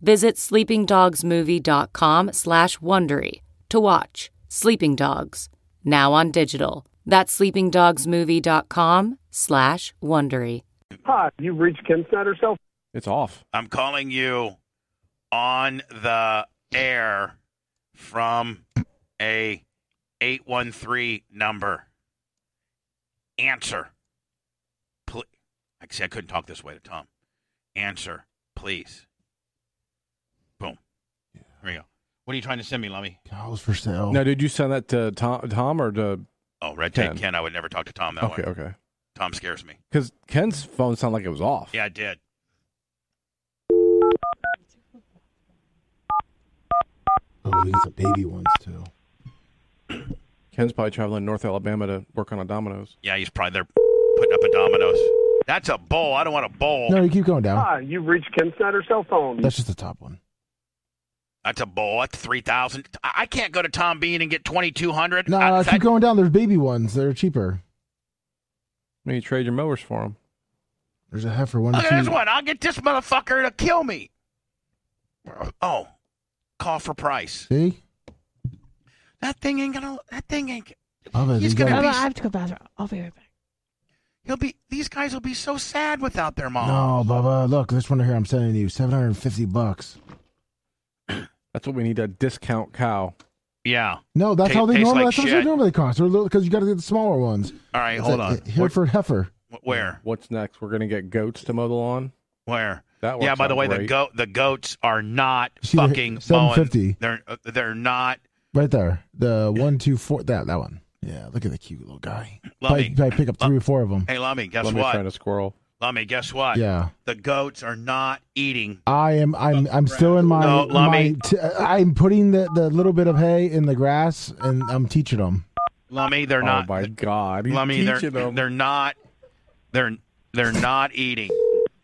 [SPEAKER 12] Visit sleepingdogsmovie.com slash Wondery to watch Sleeping Dogs, now on digital. That's sleepingdogsmovie.com slash Wondery.
[SPEAKER 13] Hi, you've reached Kim Snyder's cell
[SPEAKER 2] It's off.
[SPEAKER 1] I'm calling you on the air from a 813 number. Answer. Please. I see I couldn't talk this way to Tom. Answer, please. Boom. Here we go. What are you trying to send me, Lummy?
[SPEAKER 3] Cows for sale.
[SPEAKER 2] Now, did you send that to Tom, Tom or to?
[SPEAKER 1] Oh, red tape Ken. I would never talk to Tom that
[SPEAKER 2] okay,
[SPEAKER 1] way.
[SPEAKER 2] okay.
[SPEAKER 1] Tom scares me.
[SPEAKER 2] Because Ken's phone sounded like it was off.
[SPEAKER 1] Yeah, I did.
[SPEAKER 3] Oh, these are baby ones too.
[SPEAKER 2] Ken's probably traveling North Alabama to work on a Domino's.
[SPEAKER 1] Yeah, he's probably there putting up a dominoes. That's a bowl. I don't want a bowl.
[SPEAKER 3] No, you keep going down.
[SPEAKER 13] Hi, you've reached Kim Snyder's cell phone.
[SPEAKER 3] That's just the top one.
[SPEAKER 1] That's a bowl. That's Uh, three thousand. I I can't go to Tom Bean and get twenty two hundred. Uh,
[SPEAKER 3] No, no, keep going down. There's baby ones. They're cheaper.
[SPEAKER 2] Maybe trade your mowers for him.
[SPEAKER 3] There's a heifer one.
[SPEAKER 1] Look at this
[SPEAKER 3] two-
[SPEAKER 1] one. I'll get this motherfucker to kill me. Oh, call for price.
[SPEAKER 3] See,
[SPEAKER 1] That thing ain't gonna. That thing ain't.
[SPEAKER 3] Bubba,
[SPEAKER 1] He's
[SPEAKER 3] these
[SPEAKER 1] gonna
[SPEAKER 3] guys-
[SPEAKER 1] be.
[SPEAKER 5] I have to go bathroom. I'll be right back.
[SPEAKER 1] He'll be. These guys will be so sad without their mom.
[SPEAKER 3] No, Bubba. Look, this one here. I'm sending you seven hundred and fifty bucks.
[SPEAKER 2] That's what we need. A discount cow.
[SPEAKER 1] Yeah.
[SPEAKER 3] No, that's how they
[SPEAKER 1] Tastes
[SPEAKER 3] normally.
[SPEAKER 1] like
[SPEAKER 3] that's how they
[SPEAKER 1] shit.
[SPEAKER 3] normally cost. Because you got to get the smaller ones.
[SPEAKER 1] All right,
[SPEAKER 3] It's
[SPEAKER 1] hold
[SPEAKER 3] a-
[SPEAKER 1] on.
[SPEAKER 3] a Hereford heifer.
[SPEAKER 1] Where?
[SPEAKER 2] What's next? We're gonna get goats to mow the lawn.
[SPEAKER 1] Where?
[SPEAKER 2] That
[SPEAKER 1] yeah.
[SPEAKER 2] works
[SPEAKER 1] By the
[SPEAKER 2] out
[SPEAKER 1] way, the
[SPEAKER 2] great.
[SPEAKER 1] goat. The goats are not
[SPEAKER 3] See, they're
[SPEAKER 1] fucking mowing.
[SPEAKER 3] 750.
[SPEAKER 1] They're. uh, They're not.
[SPEAKER 3] Right there. The one, two, four. That that one. Yeah, look at the cute little guy.
[SPEAKER 1] Lummy.
[SPEAKER 3] Probably, probably pick up three or four of them.
[SPEAKER 1] Hey, Lummy. Guess
[SPEAKER 2] Lummi's
[SPEAKER 1] what?
[SPEAKER 2] trying to squirrel.
[SPEAKER 1] Lummy. Guess what?
[SPEAKER 3] Yeah.
[SPEAKER 1] The goats are not eating.
[SPEAKER 3] I am. I'm. I'm still in my.
[SPEAKER 1] No, Lummy.
[SPEAKER 3] my t- I'm putting the, the little bit of hay in the grass, and I'm teaching them.
[SPEAKER 1] Lummy. They're
[SPEAKER 2] oh
[SPEAKER 1] not.
[SPEAKER 2] my god! He's
[SPEAKER 1] Lummy. They're.
[SPEAKER 2] teaching them.
[SPEAKER 1] They're not. They're. They're not eating.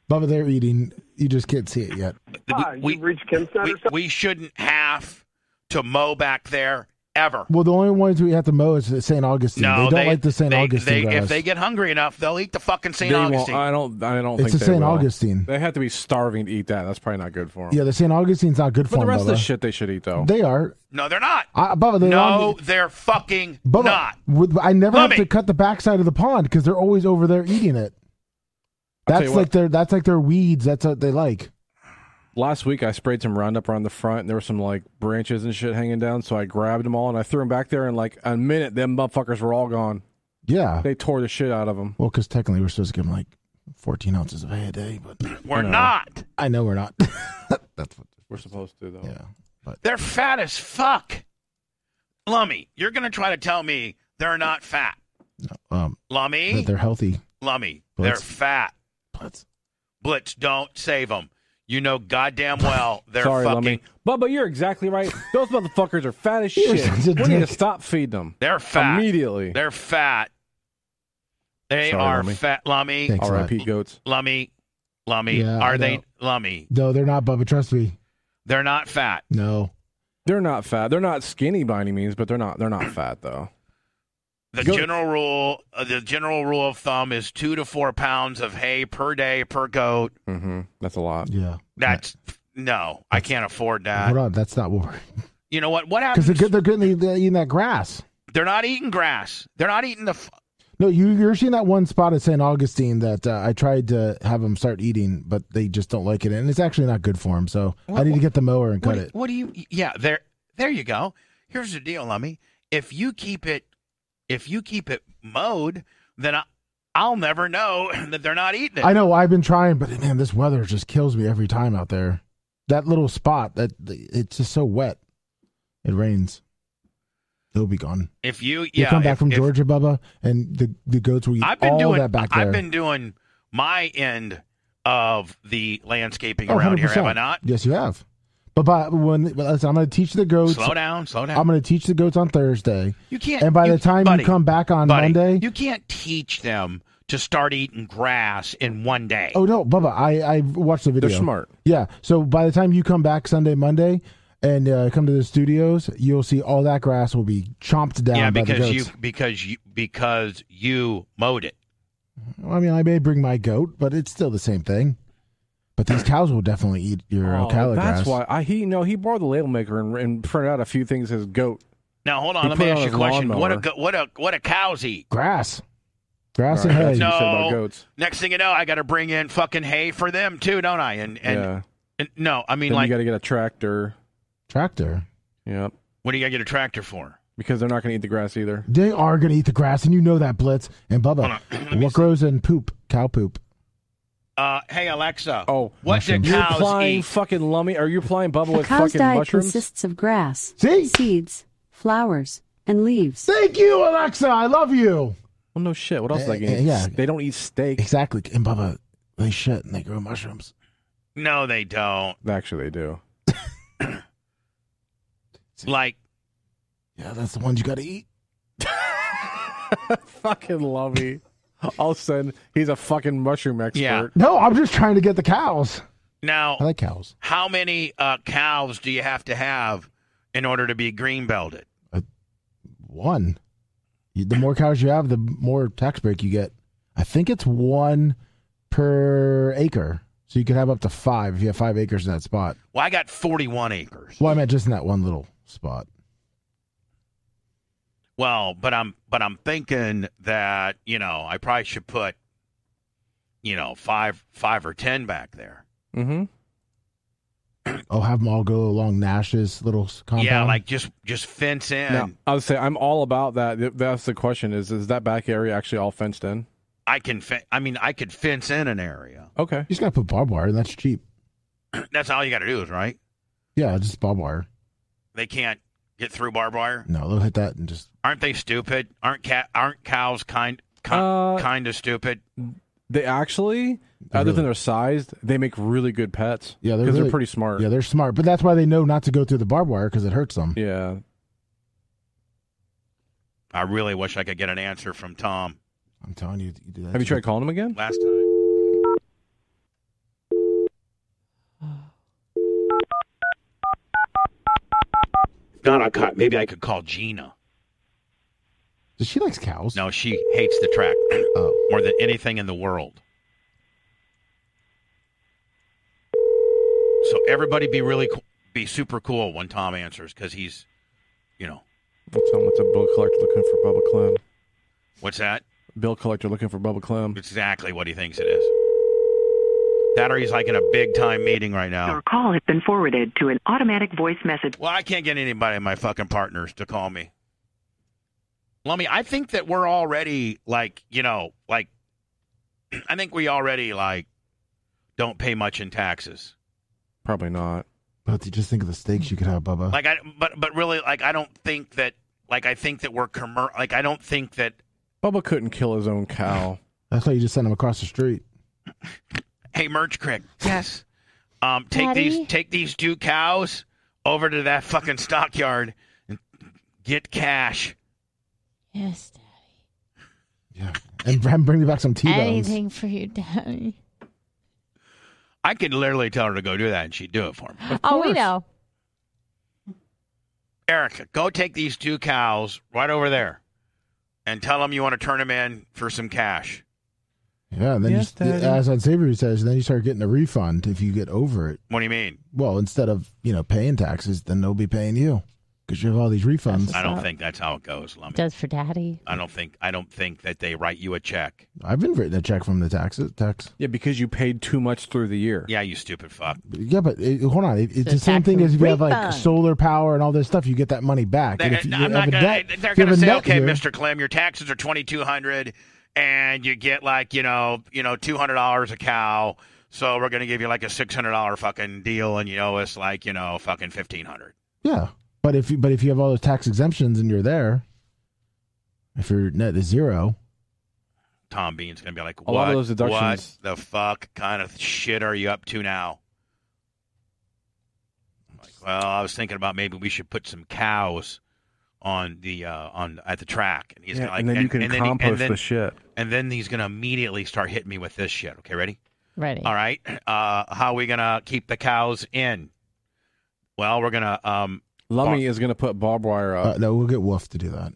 [SPEAKER 3] Bubba, they're eating. You just can't see it yet.
[SPEAKER 13] Hi,
[SPEAKER 1] we-
[SPEAKER 13] you've reached Kim
[SPEAKER 1] we,
[SPEAKER 13] Snyder's cell
[SPEAKER 1] we shouldn't have to mow back there ever.
[SPEAKER 3] Well, the only ones we have to mow is the St. Augustine.
[SPEAKER 1] No,
[SPEAKER 3] they don't like the St.
[SPEAKER 1] they-
[SPEAKER 3] Augustine
[SPEAKER 1] they-
[SPEAKER 3] grass.
[SPEAKER 1] if they get hungry enough, they'll eat the fucking St.
[SPEAKER 2] They won't-
[SPEAKER 1] Augustine.
[SPEAKER 2] I don't. I don't
[SPEAKER 3] it's
[SPEAKER 2] think
[SPEAKER 3] the
[SPEAKER 2] they
[SPEAKER 3] St.
[SPEAKER 2] will.
[SPEAKER 3] Augustine.
[SPEAKER 2] They have to be starving to eat that. That's probably not good for them.
[SPEAKER 3] Yeah, the St. Augustine's not good for
[SPEAKER 2] But the
[SPEAKER 3] them,
[SPEAKER 2] rest of the
[SPEAKER 3] Bubba.
[SPEAKER 2] shit they should eat though.
[SPEAKER 3] They are.
[SPEAKER 1] no, they're not.
[SPEAKER 3] I, Bubba, they
[SPEAKER 1] No,
[SPEAKER 3] are.
[SPEAKER 1] they're fucking
[SPEAKER 3] Bubba,
[SPEAKER 1] not.
[SPEAKER 3] with- I never
[SPEAKER 1] Lummi.
[SPEAKER 3] have to cut the backside of the pond because they're always over there eating it.
[SPEAKER 2] I'll tell
[SPEAKER 3] That's
[SPEAKER 2] you what.
[SPEAKER 3] like their. That's like their weeds. That's what they like.
[SPEAKER 2] Last week I sprayed some Roundup around the front, and there were some like branches and shit hanging down. So I grabbed them all and I threw them back there. And like a minute, them motherfuckers were all gone.
[SPEAKER 3] Yeah.
[SPEAKER 2] They tore the shit out of them.
[SPEAKER 3] Well, because technically we're supposed to give them like 14 ounces of hay a day, but
[SPEAKER 1] We're
[SPEAKER 2] No.
[SPEAKER 1] not.
[SPEAKER 3] I know we're not. that's what.
[SPEAKER 2] We're supposed to though.
[SPEAKER 3] Yeah. But
[SPEAKER 1] They're fat as fuck. Lummy, you're gonna try to tell me they're not fat.
[SPEAKER 3] um,
[SPEAKER 1] Lummy,
[SPEAKER 3] that they're healthy.
[SPEAKER 1] Lummy,
[SPEAKER 3] Well,
[SPEAKER 1] they're
[SPEAKER 3] it's-
[SPEAKER 1] fat.
[SPEAKER 3] But
[SPEAKER 1] Blitz, don't save them. You know goddamn well they're
[SPEAKER 2] Sorry,
[SPEAKER 1] fucking.
[SPEAKER 2] Lummy. Bubba, you're exactly right. Those motherfuckers are fat as
[SPEAKER 3] You're
[SPEAKER 2] shit.
[SPEAKER 3] such a
[SPEAKER 2] We need to
[SPEAKER 3] dick.
[SPEAKER 2] stop feeding them.
[SPEAKER 1] They're fat.
[SPEAKER 2] Immediately.
[SPEAKER 1] They're fat. They
[SPEAKER 2] Sorry,
[SPEAKER 1] are
[SPEAKER 2] Lummi.
[SPEAKER 1] fat. Lummy,
[SPEAKER 3] Thanks a lot.
[SPEAKER 2] R.I.P. goats.
[SPEAKER 1] Lummy, Lummy.
[SPEAKER 3] Yeah,
[SPEAKER 1] are
[SPEAKER 3] I
[SPEAKER 1] they
[SPEAKER 3] know.
[SPEAKER 1] Lummy?
[SPEAKER 3] No, they're not, Bubba. Trust me.
[SPEAKER 1] They're not fat.
[SPEAKER 3] No.
[SPEAKER 2] They're not fat. They're not skinny by any means, but they're not. They're not fat though.
[SPEAKER 1] The
[SPEAKER 2] Go-
[SPEAKER 1] general rule, uh, the general rule of thumb is two to four pounds of hay per day per goat.
[SPEAKER 2] Mm-hmm. That's a lot.
[SPEAKER 3] Yeah.
[SPEAKER 1] That's no, I can't afford
[SPEAKER 3] Hold
[SPEAKER 1] that.
[SPEAKER 3] on. That's not what we're.
[SPEAKER 1] You know what? What
[SPEAKER 3] Because
[SPEAKER 1] happens?
[SPEAKER 3] they're, good- they're getting they're eating that grass.
[SPEAKER 1] They're not eating grass. They're not eating the. F-
[SPEAKER 3] No, you, you're seeing that one spot at St. Augustine that uh, I tried to have them start eating, but they just don't like it. And it's actually not good for them. So I
[SPEAKER 1] What-
[SPEAKER 3] need to get the mower and
[SPEAKER 1] what,
[SPEAKER 3] cut
[SPEAKER 1] do-
[SPEAKER 3] it.
[SPEAKER 1] what do you? Yeah, there, there you go. Here's the deal, Lummy. If you keep it, if you keep it mowed, then I, I'll never know that they're not eating it.
[SPEAKER 3] I know I've been trying, but man, this weather just kills me every time out there. That little spot that it's just so wet. It rains. They'll be gone.
[SPEAKER 1] if you,
[SPEAKER 3] You
[SPEAKER 1] yeah,
[SPEAKER 3] come back
[SPEAKER 1] if-
[SPEAKER 3] from
[SPEAKER 1] if-
[SPEAKER 3] Georgia, Bubba, and the, the goats will eat
[SPEAKER 1] I've been
[SPEAKER 3] all
[SPEAKER 1] doing
[SPEAKER 3] that back there.
[SPEAKER 1] I've been doing my end of the landscaping
[SPEAKER 3] Oh,
[SPEAKER 1] around here, have I
[SPEAKER 3] 100%.
[SPEAKER 1] not?
[SPEAKER 3] Yes, you have. But by when well, listen, I'm going to teach the goats,
[SPEAKER 1] Slow down, slow down.
[SPEAKER 3] I'm going to teach the goats on Thursday,
[SPEAKER 1] you can't.
[SPEAKER 3] and by
[SPEAKER 1] you-
[SPEAKER 3] the time
[SPEAKER 1] buddy,
[SPEAKER 3] you come back on
[SPEAKER 1] buddy,
[SPEAKER 3] Monday,
[SPEAKER 1] you can't teach them to start eating grass in one day.
[SPEAKER 3] oh no, Bubba, I I watched the video.
[SPEAKER 2] They're smart.
[SPEAKER 3] Yeah. So by the time you come back Sunday, Monday, and uh, come to the studios, you'll see all that grass will be chomped down.
[SPEAKER 1] yeah,
[SPEAKER 3] by the
[SPEAKER 1] because you
[SPEAKER 3] goats.
[SPEAKER 1] because you because you mowed it.
[SPEAKER 3] Well, I mean, I may bring my goat, but it's still the same thing. But these cows will definitely eat your
[SPEAKER 2] Oh,
[SPEAKER 3] Ocala
[SPEAKER 2] that's
[SPEAKER 3] grass.
[SPEAKER 2] why I he no he borrowed the ladle maker and, and printed out a few things as goat.
[SPEAKER 1] Now hold on,
[SPEAKER 2] He
[SPEAKER 1] let
[SPEAKER 2] put
[SPEAKER 1] me
[SPEAKER 2] it
[SPEAKER 1] ask
[SPEAKER 2] on
[SPEAKER 1] you a
[SPEAKER 2] his
[SPEAKER 1] question. What a
[SPEAKER 2] lawnmower.
[SPEAKER 1] go- what a what a cows eat?
[SPEAKER 3] grass, grass
[SPEAKER 2] All
[SPEAKER 3] and
[SPEAKER 2] right,
[SPEAKER 3] hay.
[SPEAKER 2] that's what you said about
[SPEAKER 1] No.
[SPEAKER 2] goats.
[SPEAKER 1] Next thing you know, I got to bring in fucking hay for them too, don't I? And and,
[SPEAKER 2] yeah.
[SPEAKER 1] and- no, I mean
[SPEAKER 2] Then
[SPEAKER 1] like,
[SPEAKER 2] you got to get a tractor.
[SPEAKER 3] Tractor.
[SPEAKER 2] Yep.
[SPEAKER 1] what do you got to get a tractor for?
[SPEAKER 2] Because they're not going to eat the grass either.
[SPEAKER 3] They are gonna eat the grass, and you know that, Blitz and
[SPEAKER 1] Hold
[SPEAKER 3] Bubba.
[SPEAKER 1] on, let me
[SPEAKER 3] what grows in poop? Cow poop.
[SPEAKER 1] Uh, hey Alexa.
[SPEAKER 2] Oh,
[SPEAKER 1] what do
[SPEAKER 2] You're
[SPEAKER 1] cows
[SPEAKER 2] applying
[SPEAKER 1] eat?
[SPEAKER 2] fucking lummy. Are you applying bubble
[SPEAKER 14] A
[SPEAKER 2] with
[SPEAKER 14] cow's
[SPEAKER 2] fucking
[SPEAKER 14] diet
[SPEAKER 2] mushrooms?
[SPEAKER 14] consists of grass,
[SPEAKER 3] See?
[SPEAKER 14] seeds, flowers, and leaves.
[SPEAKER 3] Thank you, Alexa. I love you.
[SPEAKER 2] Well, no shit. What else
[SPEAKER 3] Eh,
[SPEAKER 2] they
[SPEAKER 3] eh,
[SPEAKER 2] can eat?
[SPEAKER 3] yeah.
[SPEAKER 2] They don't eat steak.
[SPEAKER 3] Exactly. And Bubba, they shit and they grow mushrooms.
[SPEAKER 1] No, they don't.
[SPEAKER 2] Actually, they do.
[SPEAKER 1] Like
[SPEAKER 3] Yeah, that's the ones you got to eat.
[SPEAKER 2] fucking lummy. All of a sudden, he's a fucking mushroom expert.
[SPEAKER 1] Yeah.
[SPEAKER 3] No, I'm just trying to get the cows.
[SPEAKER 1] now,
[SPEAKER 3] I like cows.
[SPEAKER 1] how many uh, cows do you have to have in order to be green belted?
[SPEAKER 3] One. You- The more cows you have, the more tax break you get. I think it's one per acre, so you could have up to five if you have five acres in that spot.
[SPEAKER 1] Well, I got forty-one acres.
[SPEAKER 3] Well, I meant just in that one little spot.
[SPEAKER 1] Well, but I'm but I'm thinking that you know I probably should put, you know, five five or ten back there.
[SPEAKER 2] Mm-hmm.
[SPEAKER 3] Oh, have them all go along Nash's little s- compound.
[SPEAKER 1] Yeah, like just just fence in.
[SPEAKER 2] Now, I would say I'm all about that. Th- That's the question: is is that back area actually all fenced in?
[SPEAKER 1] I can. Fe- I mean, I could fence in an area.
[SPEAKER 2] Okay.
[SPEAKER 3] you just gotta put barbed wire, and that's cheap.
[SPEAKER 1] That's all you got to do is right.
[SPEAKER 3] Yeah, just barbed wire.
[SPEAKER 1] They can't get through barbed wire.
[SPEAKER 3] No, they'll hit that and just
[SPEAKER 1] Aren't they stupid? Aren't cat? Aren't cows kind? kind of stupid.
[SPEAKER 2] They actually, other than their size, they make really good pets.
[SPEAKER 3] Yeah,
[SPEAKER 2] because
[SPEAKER 3] really-
[SPEAKER 2] they're pretty smart.
[SPEAKER 3] Yeah, they're smart, but that's why they know not to go through the barbed wire because it hurts them.
[SPEAKER 2] Yeah.
[SPEAKER 1] I really wish I could get an answer from Tom
[SPEAKER 3] I'm telling you, you do that.
[SPEAKER 2] Have you tried calling them again?
[SPEAKER 1] last time. Not a cut. Maybe I could call Gina.
[SPEAKER 3] She likes cows. Oh.
[SPEAKER 1] No, she hates the track more than anything in the world. So everybody be really co- be super cool when Tom answers because he's, you know,
[SPEAKER 2] I'll tell them it's a bill collector looking for Bubba Clem.
[SPEAKER 1] what's that?
[SPEAKER 2] Bill collector looking for Bubba Clem.
[SPEAKER 1] Exactly what he thinks it is. That or he's like in a big time meeting right now.
[SPEAKER 15] call has been forwarded to an automatic voice message.
[SPEAKER 1] Well, I can't get anybody of my fucking partners to call me. Lummy, I think that we're already like, you know, like I think we already like don't pay much in taxes.
[SPEAKER 2] Probably not.
[SPEAKER 3] But you just think of the steaks you could have, Bubba.
[SPEAKER 1] Like I but but really like I don't think that like I think that we're commer- like I don't think that
[SPEAKER 2] Bubba couldn't kill his own cow.
[SPEAKER 3] that's why you just send them across the street.
[SPEAKER 1] hey merch crick. Yes. Um take
[SPEAKER 5] Daddy?
[SPEAKER 1] these take these two cows over to that fucking stockyard and get cash.
[SPEAKER 5] Yes, Dad.
[SPEAKER 3] And Bram, bring me back some T-bones.
[SPEAKER 5] anything for you, Daddy.
[SPEAKER 1] I could literally tell her to go do that and she'd do it for me.
[SPEAKER 5] Oh, we know.
[SPEAKER 1] Erica, go take these two cows right over there and tell them you want to turn them in for some cash.
[SPEAKER 3] Yeah, and then
[SPEAKER 1] Yes,
[SPEAKER 3] you,
[SPEAKER 1] Daddy.
[SPEAKER 3] as on Savory says, then you start getting a refund if you get over it.
[SPEAKER 1] What do you mean?
[SPEAKER 3] Well, instead of you know paying taxes, then they'll be paying you because you have all these refunds.
[SPEAKER 1] I don't think that's how it goes, Lummy.
[SPEAKER 5] Does for Daddy.
[SPEAKER 1] I don't think I don't think that they write you a check.
[SPEAKER 3] I've been written a check from the taxes tax.
[SPEAKER 2] Yeah, because you paid too much through the year.
[SPEAKER 1] Yeah, you stupid fuck.
[SPEAKER 3] Yeah, but it, hold on, it, it's
[SPEAKER 1] The
[SPEAKER 3] the same
[SPEAKER 1] tax
[SPEAKER 3] thing as if you have like
[SPEAKER 1] refund.
[SPEAKER 3] solar power and all this stuff, you get that money back.
[SPEAKER 1] They,
[SPEAKER 3] and if you,
[SPEAKER 1] I'm
[SPEAKER 3] you
[SPEAKER 1] not
[SPEAKER 3] have a
[SPEAKER 1] gonna,
[SPEAKER 3] debt-
[SPEAKER 1] they-
[SPEAKER 3] if
[SPEAKER 1] they're
[SPEAKER 3] you
[SPEAKER 1] going to
[SPEAKER 3] have a
[SPEAKER 1] say,
[SPEAKER 3] net
[SPEAKER 1] okay,
[SPEAKER 3] here-
[SPEAKER 1] Mr. Clem, your taxes are 2200 and you get like, you know, you know, $200 a cow. So we're going to give you like a $600 fucking deal and you know it's like, you know, fucking 1500
[SPEAKER 3] Yeah, but if you, but if you have all those tax exemptions and you're there, if your net is zero,
[SPEAKER 1] Tom Bean's going to be like,
[SPEAKER 2] A
[SPEAKER 1] what,
[SPEAKER 2] lot of those deductions-
[SPEAKER 1] what the fuck kind of shit are you up to now? Like, well, I was thinking about maybe we should put some cows on the uh, on at the track, and he's
[SPEAKER 2] Yeah,
[SPEAKER 1] gonna, like,
[SPEAKER 2] and then you can
[SPEAKER 1] and then he- and
[SPEAKER 2] compost
[SPEAKER 1] then-
[SPEAKER 2] the shit.
[SPEAKER 1] and then he's gonna immediately start hitting me with this shit. Okay, ready?
[SPEAKER 5] Ready.
[SPEAKER 1] All right. Uh, how are we gonna keep the cows in? Well, we're gonna um,
[SPEAKER 2] Lummy is going to put barbed wire up.
[SPEAKER 3] uh, no, we'll get Wolf to do that.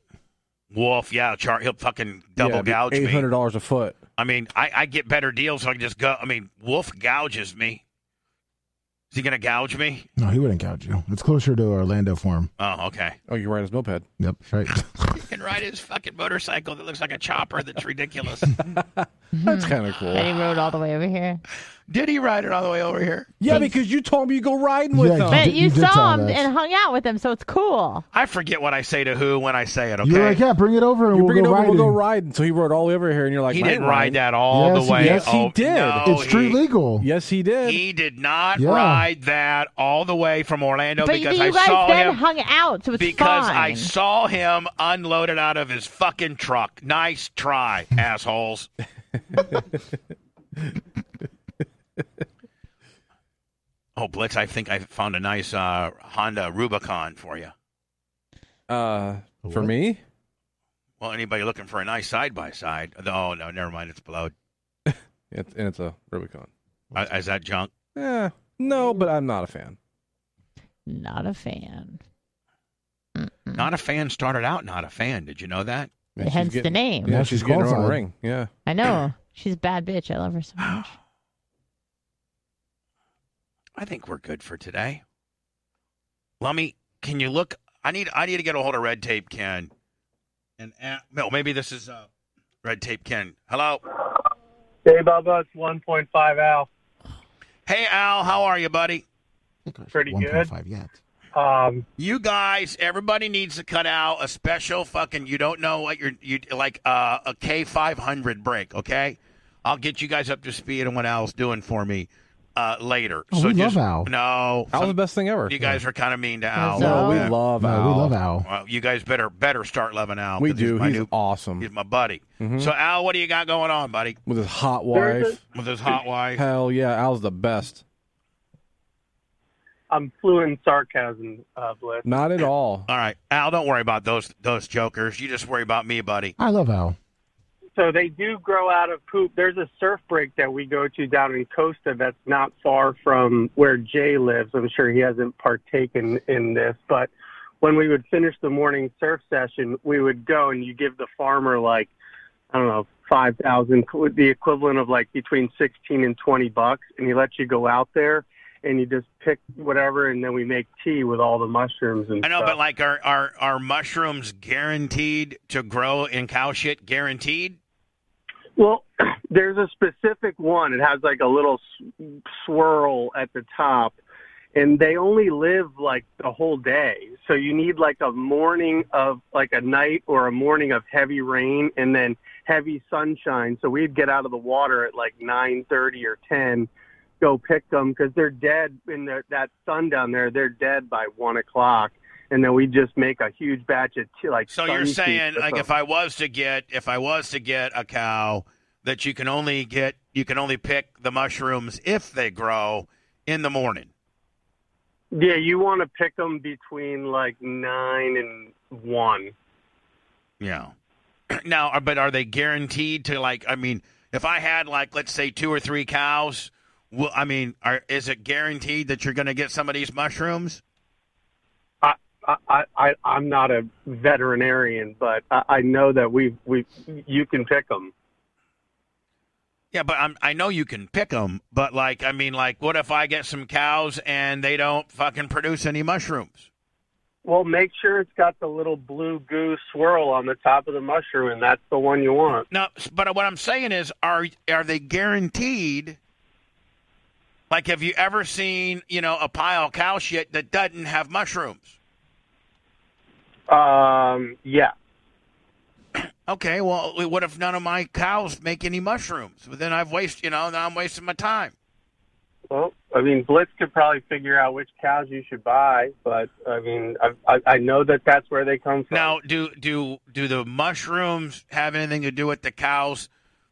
[SPEAKER 1] wolf. Yeah, char. He'll fucking double gouge
[SPEAKER 2] Eight
[SPEAKER 1] me.
[SPEAKER 2] hundred dollars a foot.
[SPEAKER 1] I mean, I, I get better deals, so I can just go. I mean, Wolf gouges me. he going to gouge me?
[SPEAKER 3] No, he wouldn't gouge you. It's closer to Orlando for him.
[SPEAKER 1] Oh, okay.
[SPEAKER 2] Oh, you ride his moped.
[SPEAKER 3] Yep, right.
[SPEAKER 1] He can ride his fucking motorcycle that looks like a chopper. That's ridiculous.
[SPEAKER 2] That's kind of cool.
[SPEAKER 5] And he rode all the way over here.
[SPEAKER 1] Oh, Did he ride it all the way over here?
[SPEAKER 2] Yeah, because you told me you go riding with him.
[SPEAKER 5] But you, saw him and hung out with him, so it's cool.
[SPEAKER 1] I forget what I say to who when I say it. Okay.
[SPEAKER 3] You're like, yeah, bring it over and
[SPEAKER 2] You
[SPEAKER 3] we'll
[SPEAKER 2] bring it
[SPEAKER 3] go
[SPEAKER 2] over, we'll
[SPEAKER 3] riding.
[SPEAKER 2] go riding. So he rode all the way over here, and you're like,
[SPEAKER 1] He
[SPEAKER 2] "Man,
[SPEAKER 1] didn't ride
[SPEAKER 2] Ryan."
[SPEAKER 1] that all the
[SPEAKER 3] Yes, he-
[SPEAKER 1] way.
[SPEAKER 3] yes, he
[SPEAKER 1] oh,
[SPEAKER 2] did.
[SPEAKER 1] no,
[SPEAKER 3] it's street
[SPEAKER 1] he-
[SPEAKER 3] legal.
[SPEAKER 2] Yes, he did.
[SPEAKER 1] He did not
[SPEAKER 3] Yeah.
[SPEAKER 1] ride that all the way from Orlando
[SPEAKER 5] but you,
[SPEAKER 1] because
[SPEAKER 5] you
[SPEAKER 1] I
[SPEAKER 5] guys
[SPEAKER 1] saw
[SPEAKER 5] then
[SPEAKER 1] him
[SPEAKER 5] hung out, so it's
[SPEAKER 1] because
[SPEAKER 5] fine.
[SPEAKER 1] I saw him unloaded out of his fucking truck. Nice try, assholes. oh, Blitz, I think I found a nice uh, Honda Rubicon for you.
[SPEAKER 2] Uh, for me,
[SPEAKER 1] Well, anybody looking for a nice side by side? Oh no, never mind. It's below.
[SPEAKER 2] it's, and it's a Rubicon.
[SPEAKER 1] Uh, Is that junk?
[SPEAKER 2] Yeah, no, but I'm not a fan.
[SPEAKER 5] Not a fan.
[SPEAKER 1] Not a fan started out not a fan. Did you know that?
[SPEAKER 2] Man, she's
[SPEAKER 5] Hence the
[SPEAKER 2] getting-
[SPEAKER 5] name.
[SPEAKER 2] Yeah,
[SPEAKER 3] Yeah,
[SPEAKER 2] she's
[SPEAKER 3] she's
[SPEAKER 2] getting her own
[SPEAKER 3] qualified.
[SPEAKER 2] ring. Yeah,
[SPEAKER 5] I know. She's a bad bitch. I love her so much.
[SPEAKER 1] I think we're good for today. Lummy, can you look? I need I need to get a hold of Red Tape Ken. And uh, no, maybe this is uh, Red Tape Ken. Hello.
[SPEAKER 11] Hey, Bubba, it's 1.5 Al.
[SPEAKER 1] Hey Al, how are you, buddy?
[SPEAKER 11] Pretty good.
[SPEAKER 3] 1.5 yet.
[SPEAKER 11] Um,
[SPEAKER 1] You guys, everybody needs to cut out a special fucking. You don't know what you're you like uh, a K five hundred break. Okay, I'll get you guys up to speed on what Al's doing for me uh, later.
[SPEAKER 3] Oh,
[SPEAKER 1] so
[SPEAKER 3] we love
[SPEAKER 1] just
[SPEAKER 3] Al.
[SPEAKER 1] no,
[SPEAKER 2] that was the
[SPEAKER 1] some-
[SPEAKER 2] best thing ever.
[SPEAKER 1] you guys are kind of mean to Al.
[SPEAKER 2] No, we
[SPEAKER 1] Yeah.
[SPEAKER 2] love
[SPEAKER 3] No,
[SPEAKER 2] Al.
[SPEAKER 3] we love Al.
[SPEAKER 1] Well, you guys better better start loving Al.
[SPEAKER 2] We
[SPEAKER 1] 'cause he's
[SPEAKER 2] do.
[SPEAKER 1] my
[SPEAKER 2] He's
[SPEAKER 1] new-
[SPEAKER 2] awesome Mm-hmm.
[SPEAKER 1] He's my buddy. So Al, what do you got going on, buddy?
[SPEAKER 2] with his hot
[SPEAKER 11] There's
[SPEAKER 2] wife.
[SPEAKER 1] With his hot wife.
[SPEAKER 2] Hell yeah, Al's the best.
[SPEAKER 11] I'm fluent in sarcasm, uh, Blitz.
[SPEAKER 2] Not at all.
[SPEAKER 1] All right, Al, don't worry about those those jokers. You just worry about me, buddy.
[SPEAKER 3] I love Al.
[SPEAKER 11] So they do grow out of poop. There's a surf break that we go to down in Costa that's not far from where Jay lives. I'm sure he hasn't partaken in this, but when we would finish the morning surf session, we would go and you give the farmer like, I don't know, 5,000, the equivalent of like between 16 and 20 bucks, and he lets you go out there and you just pick whatever, and then we make tea with all the mushrooms and
[SPEAKER 1] I know,
[SPEAKER 11] stuff.
[SPEAKER 1] but like, are are are mushrooms guaranteed to grow in cow shit? Guaranteed?
[SPEAKER 11] Well, there's a specific one. It has like a little s- swirl at the top, and they only live like the whole day. So you need like a morning of like a night or a morning of heavy rain and then heavy sunshine. So we'd get out of the water at like 9:30 or 10, go pick them because they're dead in the, that sun down there. They're dead by one o'clock. And then we just make a huge batch of tea, like.
[SPEAKER 1] So
[SPEAKER 11] sun
[SPEAKER 1] you're
[SPEAKER 11] seeds
[SPEAKER 1] saying,
[SPEAKER 11] with
[SPEAKER 1] like,
[SPEAKER 11] them.
[SPEAKER 1] if I was to get if I was to get a cow, that you can only get you can only pick the mushrooms if they grow in the morning.
[SPEAKER 11] Yeah, you want to pick them between like nine and one.
[SPEAKER 1] Yeah. Now, are- but are they guaranteed to like? I mean, if I had like, let's say, two or three cows, well, I mean, are, is it guaranteed that you're going to get some of these mushrooms?
[SPEAKER 11] I, I, I, I'm not a veterinarian, but I, I know that we, we, you can pick them.
[SPEAKER 1] Yeah, but I'm, I know you can pick them, but like, I mean, like, what if I get some cows and they don't fucking produce any mushrooms?
[SPEAKER 11] Well, make sure it's got the little blue goo swirl on the top of the mushroom, and that's the one you want.
[SPEAKER 1] No, s- but what I'm saying is, are are they guaranteed? Like, have you ever seen you know a pile of cow shit that doesn't have mushrooms?
[SPEAKER 11] Um, yeah.
[SPEAKER 1] Okay, well, what if none of my cows make any mushrooms? Well, then I've wasted, you know, now I'm wasting my time.
[SPEAKER 11] Well, I mean, Blitz could probably figure out which cows you should buy, but I mean, I, I, I know that that's where they come from.
[SPEAKER 1] Now, do do do the mushrooms have anything to do with the cows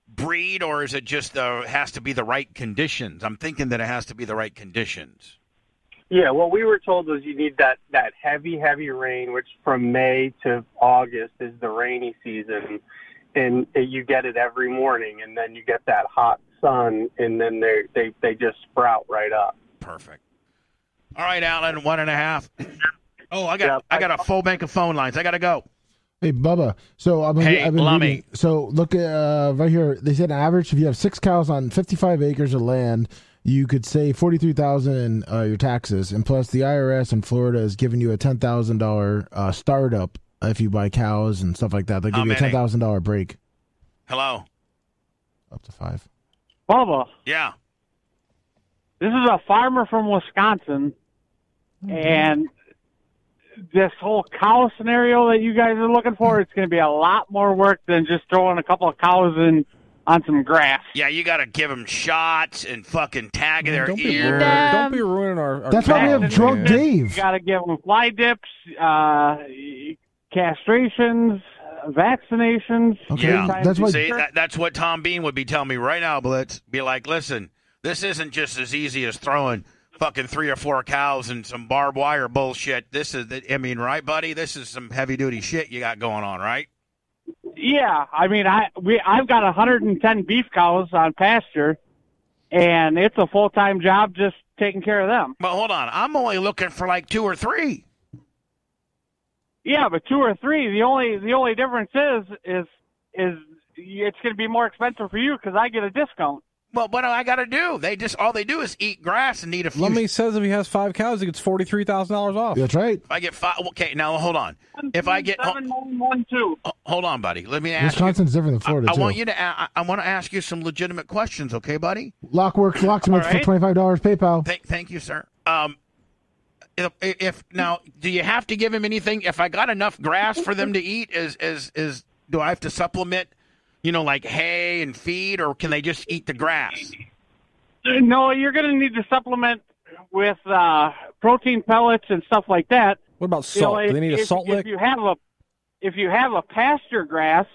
[SPEAKER 1] breed, or is it just the has to be the right conditions? I'm thinking that it has to be the right conditions.
[SPEAKER 11] Yeah, what we were told was you need that that heavy, heavy rain, which from May to August is the rainy season, and uh, you get it every morning, and then you get that hot sun, and then they they they just sprout right up.
[SPEAKER 1] Perfect. All right, Alan, one and a half. Oh, I got I got a full bank of phone lines. I gotta go.
[SPEAKER 3] Hey Bubba, so I've been,
[SPEAKER 1] Hey,
[SPEAKER 3] I've been
[SPEAKER 1] Lummy.
[SPEAKER 3] reading- So look at uh, right here. They said average if you have six cows on fifty-five acres of land, you could save forty three thousand in uh, your taxes, and plus the IRS in Florida is giving you a ten thousand thousand dollar uh, startup if you buy cows and stuff like that. They'll give
[SPEAKER 1] How
[SPEAKER 3] you a ten
[SPEAKER 1] many?
[SPEAKER 3] thousand dollar break
[SPEAKER 1] Hello.
[SPEAKER 3] up to five.
[SPEAKER 16] Bubba,
[SPEAKER 1] Yeah.
[SPEAKER 16] this is a farmer from Wisconsin,
[SPEAKER 3] Mm-hmm.
[SPEAKER 16] and this whole cow scenario that you guys are looking for, it's going to be a lot more work than just throwing a couple of cows in on some grass.
[SPEAKER 1] Yeah, you got to give them shots and fucking tag their
[SPEAKER 16] Don't be
[SPEAKER 1] ear.
[SPEAKER 16] rude. Don't
[SPEAKER 2] be ruining our.
[SPEAKER 3] That's why we have drunk Dave.
[SPEAKER 16] You got to give them fly dips, uh, castrations, vaccinations.
[SPEAKER 1] Yeah,
[SPEAKER 16] sometimes-
[SPEAKER 1] See, that- that's what Tom Bean would be telling me right now, Blitz. Be like, listen, this isn't just as easy as throwing fucking three or four cows and some barbed wire bullshit. This is, the, I mean, right, buddy? This is some heavy duty shit you got going on, right?
[SPEAKER 16] Yeah, I mean, I we I've got 110 beef cows on pasture, and it's a full time job just taking care of them.
[SPEAKER 1] But hold on, I'm only looking for like two or three.
[SPEAKER 16] Yeah, but two or three. The only the only difference is is is it's going to be more expensive for you because I get a discount.
[SPEAKER 1] Well, what do I got to do? They just all they do is eat grass and need a few.
[SPEAKER 2] Lemmy says if he has five cows, he gets forty three thousand dollars off.
[SPEAKER 3] That's right.
[SPEAKER 1] If I get five, okay, now hold on. If I get ho- Ho- hold on, buddy. Let me ask. you,
[SPEAKER 3] Wisconsin's different than Florida
[SPEAKER 1] I
[SPEAKER 3] too.
[SPEAKER 1] want you to. a- I, I want to ask you some legitimate questions, okay, buddy?
[SPEAKER 3] Lockworks locksmith
[SPEAKER 1] All
[SPEAKER 3] for
[SPEAKER 1] right.
[SPEAKER 3] twenty five dollars PayPal.
[SPEAKER 1] Thank, thank you, sir. Um, if, if now, do you have to give him anything? If I got enough grass for them to eat, is is is do I have to supplement? You know, like hay and feed, or can they just eat the grass?
[SPEAKER 16] No, you're going to need to supplement with uh, protein pellets and stuff like that.
[SPEAKER 2] What about
[SPEAKER 16] know,
[SPEAKER 2] salt? Do they need a
[SPEAKER 16] if-
[SPEAKER 2] salt
[SPEAKER 16] if
[SPEAKER 2] lick?
[SPEAKER 16] you have a if you have a pasture grass,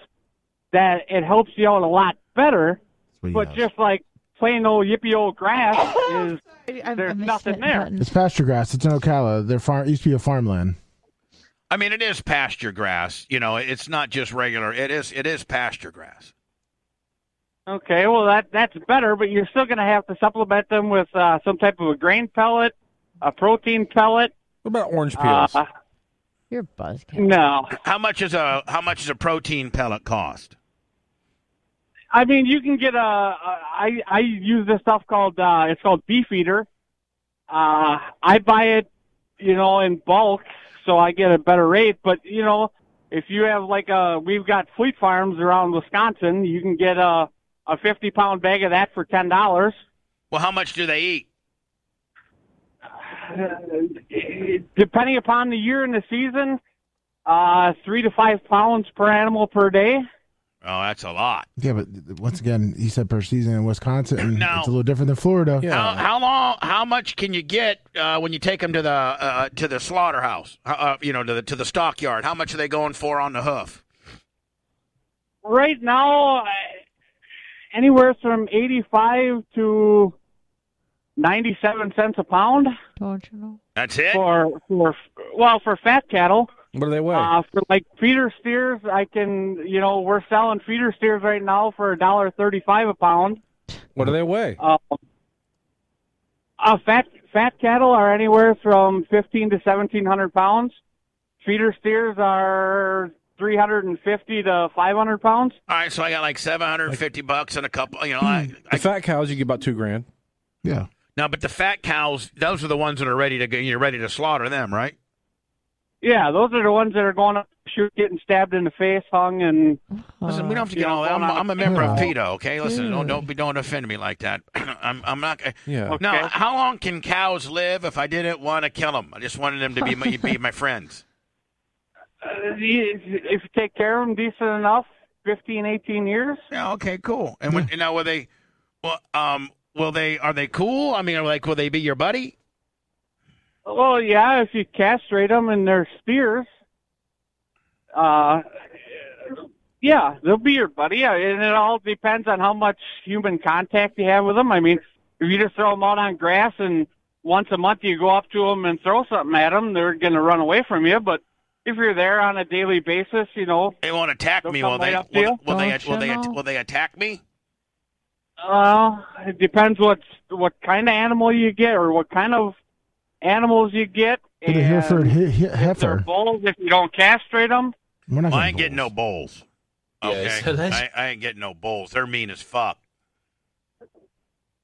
[SPEAKER 16] that it helps you out a lot better. But just like plain old yippy old grass is there's nothing there.
[SPEAKER 3] It's pasture grass. It's in Ocala. Their farm it used to be a farmland.
[SPEAKER 1] I mean, it is pasture grass. You know, it's not just regular. It is it is pasture grass.
[SPEAKER 16] Okay, well that that's better, but you're still going to have to supplement them with uh, some type of a grain pellet, a protein pellet.
[SPEAKER 2] What about orange
[SPEAKER 1] peels?
[SPEAKER 16] Uh,
[SPEAKER 5] You're buzzkill.
[SPEAKER 16] No.
[SPEAKER 1] How much is a how much is a protein pellet cost?
[SPEAKER 16] I mean, you can get a. a I I use this stuff called uh, it's called Beef Eater. Uh, I buy it, you know, in bulk, so I get a better rate. But you know, if you have like a, we've got Fleet Farms around Wisconsin. You can get a a fifty pound bag of that for ten dollars.
[SPEAKER 1] Well, how much do they eat?
[SPEAKER 16] Uh, Depending upon the year and the season, uh, three to five pounds per animal per day.
[SPEAKER 1] Oh, that's a lot.
[SPEAKER 3] Yeah, but once again, he said per season in Wisconsin,
[SPEAKER 1] No.
[SPEAKER 3] it's a little different than Florida.
[SPEAKER 1] How, how long? How much can you get uh, when you take them to the uh, to the slaughterhouse? Uh, Uh, you know, to the to the stockyard. How much are they going for on the hoof?
[SPEAKER 16] right now I- anywhere from 85 to 97 cents a pound
[SPEAKER 5] don't you know
[SPEAKER 1] That's it.
[SPEAKER 16] for for well for fat cattle
[SPEAKER 2] what do they weigh
[SPEAKER 16] uh, for like feeder steers i can you know we're selling feeder steers right now for a dollar 35 a pound
[SPEAKER 2] What do they weigh?
[SPEAKER 16] uh, uh, fat fat cattle are anywhere from 15 to 1700 pounds feeder steers are 350 to 500 pounds
[SPEAKER 1] All right, so I got like seven hundred and fifty bucks and a couple. You know, I,
[SPEAKER 2] the fat cows you get about two grand.
[SPEAKER 3] Yeah.
[SPEAKER 1] now but the fat cows, those are the ones that are ready to go. You're ready to slaughter them, right?
[SPEAKER 16] Yeah, those are the ones that are going up to shoot, getting stabbed in the face, hung, and
[SPEAKER 1] Listen, we don't have to get all that. I'm, I'm a member of PETA, okay? Listen, don't don't be don't offend me like that. I'm I'm not.
[SPEAKER 2] Yeah.
[SPEAKER 1] No. How long can cows live if I didn't want to kill them? I just wanted them to be my, be my friends.
[SPEAKER 16] Uh, you- if you take care of them decent enough, 15, 18 years.
[SPEAKER 1] Yeah. Okay. Cool. And when, now will they? Well, um, will they? Are they cool? I mean, like, will they be your buddy?
[SPEAKER 16] Well, yeah, if you castrate them and they're steers, uh, yeah, they'll be your buddy. Yeah, and it all depends on how much human contact you have with them. I mean, if you just throw them out on grass and once a month you go up to them and throw something at them, they're going to run away from you. But if you're there on a daily basis, you know,
[SPEAKER 1] They won't attack
[SPEAKER 16] They'll
[SPEAKER 1] me.
[SPEAKER 16] come
[SPEAKER 1] Will
[SPEAKER 16] right
[SPEAKER 1] they?
[SPEAKER 16] up to
[SPEAKER 1] Will,
[SPEAKER 16] you.
[SPEAKER 1] will they? Will they?
[SPEAKER 16] Functional.
[SPEAKER 1] Will they attack me?
[SPEAKER 16] Well, uh, it depends what what kind of animal you get or what kind of animals you get.
[SPEAKER 3] Get a Hereford
[SPEAKER 16] and
[SPEAKER 3] he- he-
[SPEAKER 16] if they're
[SPEAKER 3] heifer.
[SPEAKER 16] bulls, if you don't castrate them.
[SPEAKER 3] We're not
[SPEAKER 1] Well, I
[SPEAKER 3] gonna
[SPEAKER 1] ain't getting no bowls. Okay.
[SPEAKER 16] so that's-
[SPEAKER 1] I, I ain't getting no bowls. They're mean as fuck.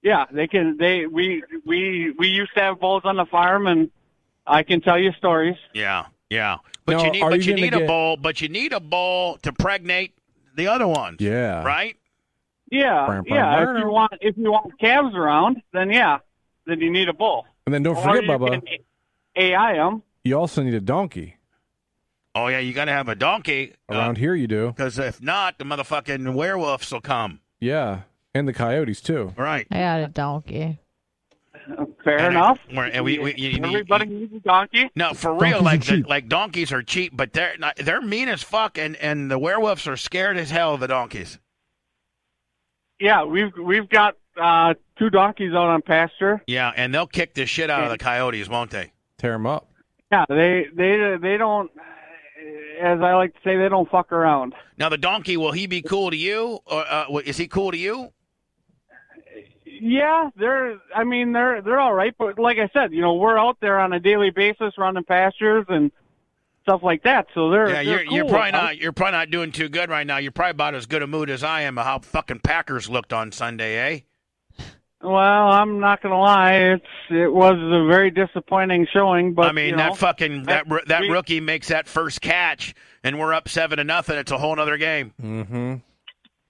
[SPEAKER 16] Yeah, they can. They we we we used to have bowls on the farm, and I can tell you stories.
[SPEAKER 1] Yeah, yeah. But
[SPEAKER 16] Now,
[SPEAKER 1] you need,
[SPEAKER 16] are
[SPEAKER 1] but
[SPEAKER 16] you
[SPEAKER 1] you,
[SPEAKER 16] gonna
[SPEAKER 1] need
[SPEAKER 16] get-
[SPEAKER 1] a bowl. But you need a bowl to pregnate the other ones.
[SPEAKER 2] Yeah.
[SPEAKER 1] Right.
[SPEAKER 16] Yeah,
[SPEAKER 2] Brum, brum,
[SPEAKER 16] yeah.
[SPEAKER 2] brum.
[SPEAKER 16] If you want if you want calves around, then yeah, then you need a bull.
[SPEAKER 2] And then don't
[SPEAKER 16] Or
[SPEAKER 2] forget,
[SPEAKER 16] you
[SPEAKER 2] Bubba,
[SPEAKER 16] can AI them.
[SPEAKER 2] you also need a donkey.
[SPEAKER 1] Oh yeah, you got to have a donkey
[SPEAKER 2] Around here, you do.
[SPEAKER 1] because if not, the motherfucking werewolves will come.
[SPEAKER 2] Yeah, and the coyotes too.
[SPEAKER 1] Right.
[SPEAKER 5] I had a donkey.
[SPEAKER 16] Fair
[SPEAKER 1] And I-
[SPEAKER 16] enough.
[SPEAKER 1] we're- and we- we- you- you-
[SPEAKER 16] Everybody needs a donkey.
[SPEAKER 1] No, for
[SPEAKER 16] Donkeys
[SPEAKER 1] real,
[SPEAKER 16] are
[SPEAKER 1] like the, like donkeys are cheap, but they're not, they're mean as fuck, and and the werewolves are scared as hell of the donkeys.
[SPEAKER 16] Yeah, we've we've got uh, two donkeys out on pasture.
[SPEAKER 1] Yeah, and they'll kick the shit out of the coyotes, won't they?
[SPEAKER 2] Tear them up.
[SPEAKER 16] Yeah, they they they don't. As I like to say, they don't fuck around.
[SPEAKER 1] Now the donkey, will he be cool to you? Or, uh, wh- is he cool to you?
[SPEAKER 16] Yeah, they're. I mean, they're they're all right, but like I said, you know, we're out there on a daily basis running pastures and stuff like that. So they're
[SPEAKER 1] yeah, you're
[SPEAKER 16] they're cool
[SPEAKER 1] you're probably
[SPEAKER 16] with us.
[SPEAKER 1] not you're probably not doing too good right now. You're probably about as good a mood as I am. of How fucking Packers looked on Sunday, eh?
[SPEAKER 16] Well, I'm not gonna lie, it's it was a very disappointing showing, but
[SPEAKER 1] I mean
[SPEAKER 16] you know,
[SPEAKER 1] that fucking that that, that rookie makes that first catch, and we're up seven to nothing. It's a whole other game.
[SPEAKER 2] Mm-hmm.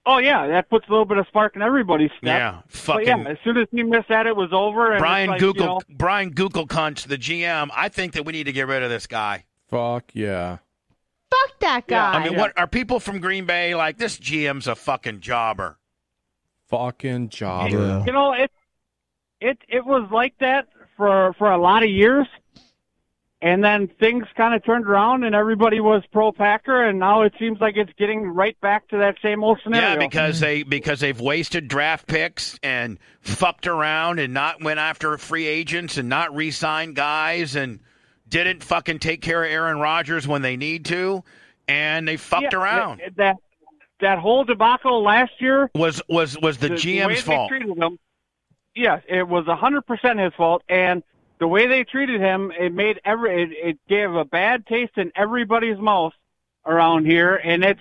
[SPEAKER 16] Oh yeah, that puts a little bit of spark in everybody's step.
[SPEAKER 1] Yeah,
[SPEAKER 16] But yeah,
[SPEAKER 1] fucking-
[SPEAKER 16] as soon as he missed that, it was over. And it's
[SPEAKER 1] Brian
[SPEAKER 16] like,
[SPEAKER 1] Google
[SPEAKER 16] you know,
[SPEAKER 1] Brian Google Cunch, the GM. I think that we need to get rid of this guy.
[SPEAKER 2] Fuck yeah.
[SPEAKER 5] Fuck that guy.
[SPEAKER 16] Ah,
[SPEAKER 1] I mean, what are people from Green Bay like? This GM's a fucking jobber.
[SPEAKER 2] Fucking job.
[SPEAKER 16] you know it it it was like that for for a lot of years, and then things kind of turned around, and everybody was pro Packer, and now it seems like it's getting right back to that same old scenario.
[SPEAKER 1] Yeah, because they because they've wasted draft picks and fucked around and not went after free agents and not re-signed guys and didn't fucking take care of Aaron Rodgers when they need to, and they fucked
[SPEAKER 16] Yeah,
[SPEAKER 1] around.
[SPEAKER 16] That, that that whole debacle last year
[SPEAKER 1] was was was the,
[SPEAKER 16] way
[SPEAKER 1] GM's
[SPEAKER 16] they
[SPEAKER 1] fault.
[SPEAKER 16] treated him- yes, it was hundred percent his fault, and the way they treated him, it made every it, it gave a bad taste in everybody's mouth around here, and it's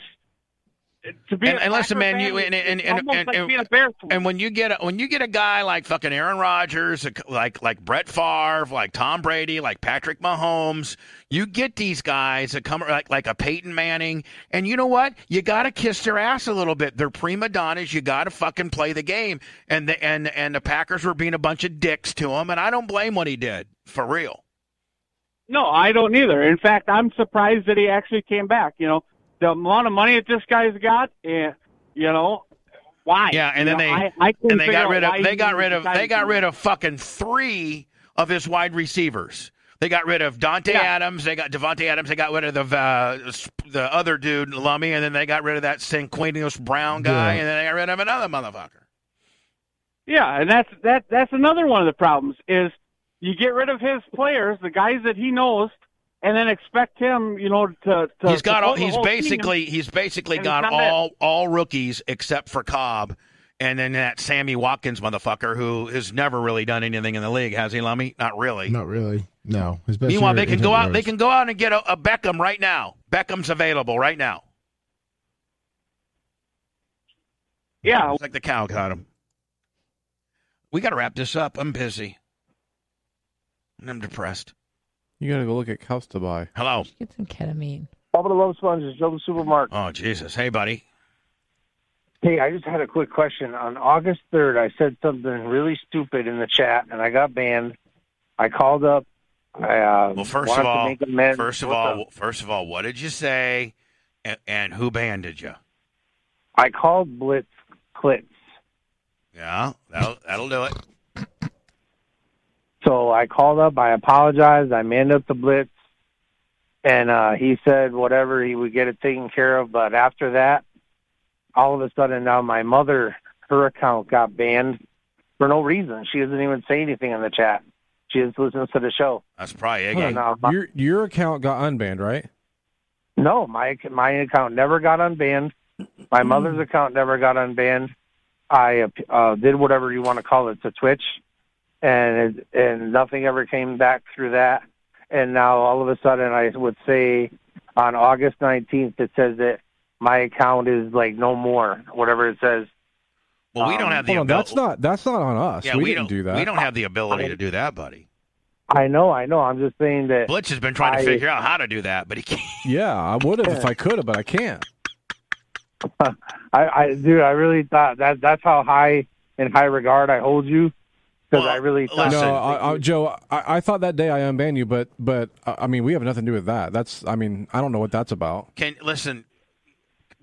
[SPEAKER 16] to be
[SPEAKER 1] and,
[SPEAKER 16] a
[SPEAKER 1] and listen,
[SPEAKER 16] Packer
[SPEAKER 1] man, you
[SPEAKER 16] fan
[SPEAKER 1] and
[SPEAKER 16] is-
[SPEAKER 1] and
[SPEAKER 16] it's
[SPEAKER 1] and,
[SPEAKER 16] almost
[SPEAKER 1] and,
[SPEAKER 16] like
[SPEAKER 1] and-
[SPEAKER 16] being a Bears
[SPEAKER 1] and when you get a, when you get a guy like fucking Aaron Rodgers, like like Brett Favre, like Tom Brady, like Patrick Mahomes, you get these guys that come like like a Peyton Manning, and you know what? You got to kiss their ass a little bit. They're prima donnas. You got to fucking play the game. And the and and the Packers were being a bunch of dicks to him, and I don't blame what he did for real.
[SPEAKER 16] No, I don't either. In fact, I'm surprised that he actually came back. You know, the amount of money that this guy's got, eh, you know, why?
[SPEAKER 1] Yeah, and
[SPEAKER 16] You
[SPEAKER 1] then
[SPEAKER 16] know,
[SPEAKER 1] they
[SPEAKER 16] I, I couldn't
[SPEAKER 1] and they
[SPEAKER 16] figure
[SPEAKER 1] got
[SPEAKER 16] out
[SPEAKER 1] rid of
[SPEAKER 16] why
[SPEAKER 1] they
[SPEAKER 16] he
[SPEAKER 1] got rid of
[SPEAKER 16] decided
[SPEAKER 1] they got
[SPEAKER 16] to-
[SPEAKER 1] rid of fucking three of his wide receivers. They got rid of Dante Adams. They got Devontae Adams. They got rid of the uh, sp- the other dude Lummy, and then they got rid of that Sanquinius Brown guy,
[SPEAKER 16] Yeah.
[SPEAKER 1] and then they got rid of another motherfucker.
[SPEAKER 16] Yeah, and that's that that's another one of the problems is you get rid of his players, the guys that he knows, and then expect him, you know, to, to
[SPEAKER 1] he's got
[SPEAKER 16] to
[SPEAKER 1] all.
[SPEAKER 16] pull the
[SPEAKER 1] He's
[SPEAKER 16] whole team.
[SPEAKER 1] basically he's basically
[SPEAKER 16] and
[SPEAKER 1] got
[SPEAKER 16] it's not that-
[SPEAKER 1] all all rookies except for Cobb, and then that Sammy Watkins motherfucker who has never really done anything in the league, has he, Lummy? Not really.
[SPEAKER 3] Not really. No. His best
[SPEAKER 1] Meanwhile,
[SPEAKER 3] year
[SPEAKER 1] they can
[SPEAKER 3] isn't
[SPEAKER 1] go out. They
[SPEAKER 3] yours.
[SPEAKER 1] can go out and get a, a Beckham right now. Beckham's available right now.
[SPEAKER 16] Yeah,
[SPEAKER 1] it's like the cow caught him. We got to wrap this up. I'm busy. And I'm depressed.
[SPEAKER 2] You gotta go look at house to buy.
[SPEAKER 1] Hello.
[SPEAKER 5] Get some ketamine.
[SPEAKER 17] Bubba the Love Sponges, Joe the Supermarket.
[SPEAKER 1] Oh Jesus! Hey, buddy.
[SPEAKER 17] Hey, I just had a quick question. On August 3rd, I said something really stupid in the chat, and I got banned. I called up. I, uh,
[SPEAKER 1] Well, first
[SPEAKER 17] wanted
[SPEAKER 1] of
[SPEAKER 17] to
[SPEAKER 1] all,
[SPEAKER 17] make amends.
[SPEAKER 1] first of
[SPEAKER 17] What's
[SPEAKER 1] all,
[SPEAKER 17] up?
[SPEAKER 1] first of all, what did you say? And, and who banded you?
[SPEAKER 17] I called Blitz Clitz.
[SPEAKER 1] Yeah, that'll, that'll do it.
[SPEAKER 17] So I called up. I apologized. I manned up the Blitz, and uh, he said whatever he would get it taken care of. But after that, all of a sudden, now my mother, her account got banned for no reason. She doesn't even say anything in the chat. She just listens to the show.
[SPEAKER 1] That's probably
[SPEAKER 17] Hold on, now, my-
[SPEAKER 2] Your your account got unbanned, right?
[SPEAKER 17] No, my my account never got unbanned. My mother's account never got unbanned. I uh, did whatever you want to call it to Twitch, and it, and nothing ever came back through that. And now all of a sudden, I would say on August nineteenth, it says that my account is like no more, whatever it says.
[SPEAKER 1] Well, we don't have the
[SPEAKER 2] Hold on,
[SPEAKER 1] ability.
[SPEAKER 2] that's not that's not on us.
[SPEAKER 1] Yeah,
[SPEAKER 2] we,
[SPEAKER 1] we,
[SPEAKER 2] didn't
[SPEAKER 1] don't
[SPEAKER 2] do that.
[SPEAKER 1] We don't have the ability to do that, buddy.
[SPEAKER 17] I know, I know. I'm just saying that
[SPEAKER 1] Blitz has been trying to
[SPEAKER 17] I-
[SPEAKER 1] figure out how to do that, but he can't.
[SPEAKER 2] Yeah, I would have if I could have, but I can't.
[SPEAKER 17] I, I dude, I really thought that that's how high in high regard I hold you because I really thought
[SPEAKER 2] no, I, I, Joe, I, I thought that day I unbanned you, but but uh, I I mean we have nothing to do with that. That's I mean I don't know what that's about.
[SPEAKER 1] Can listen.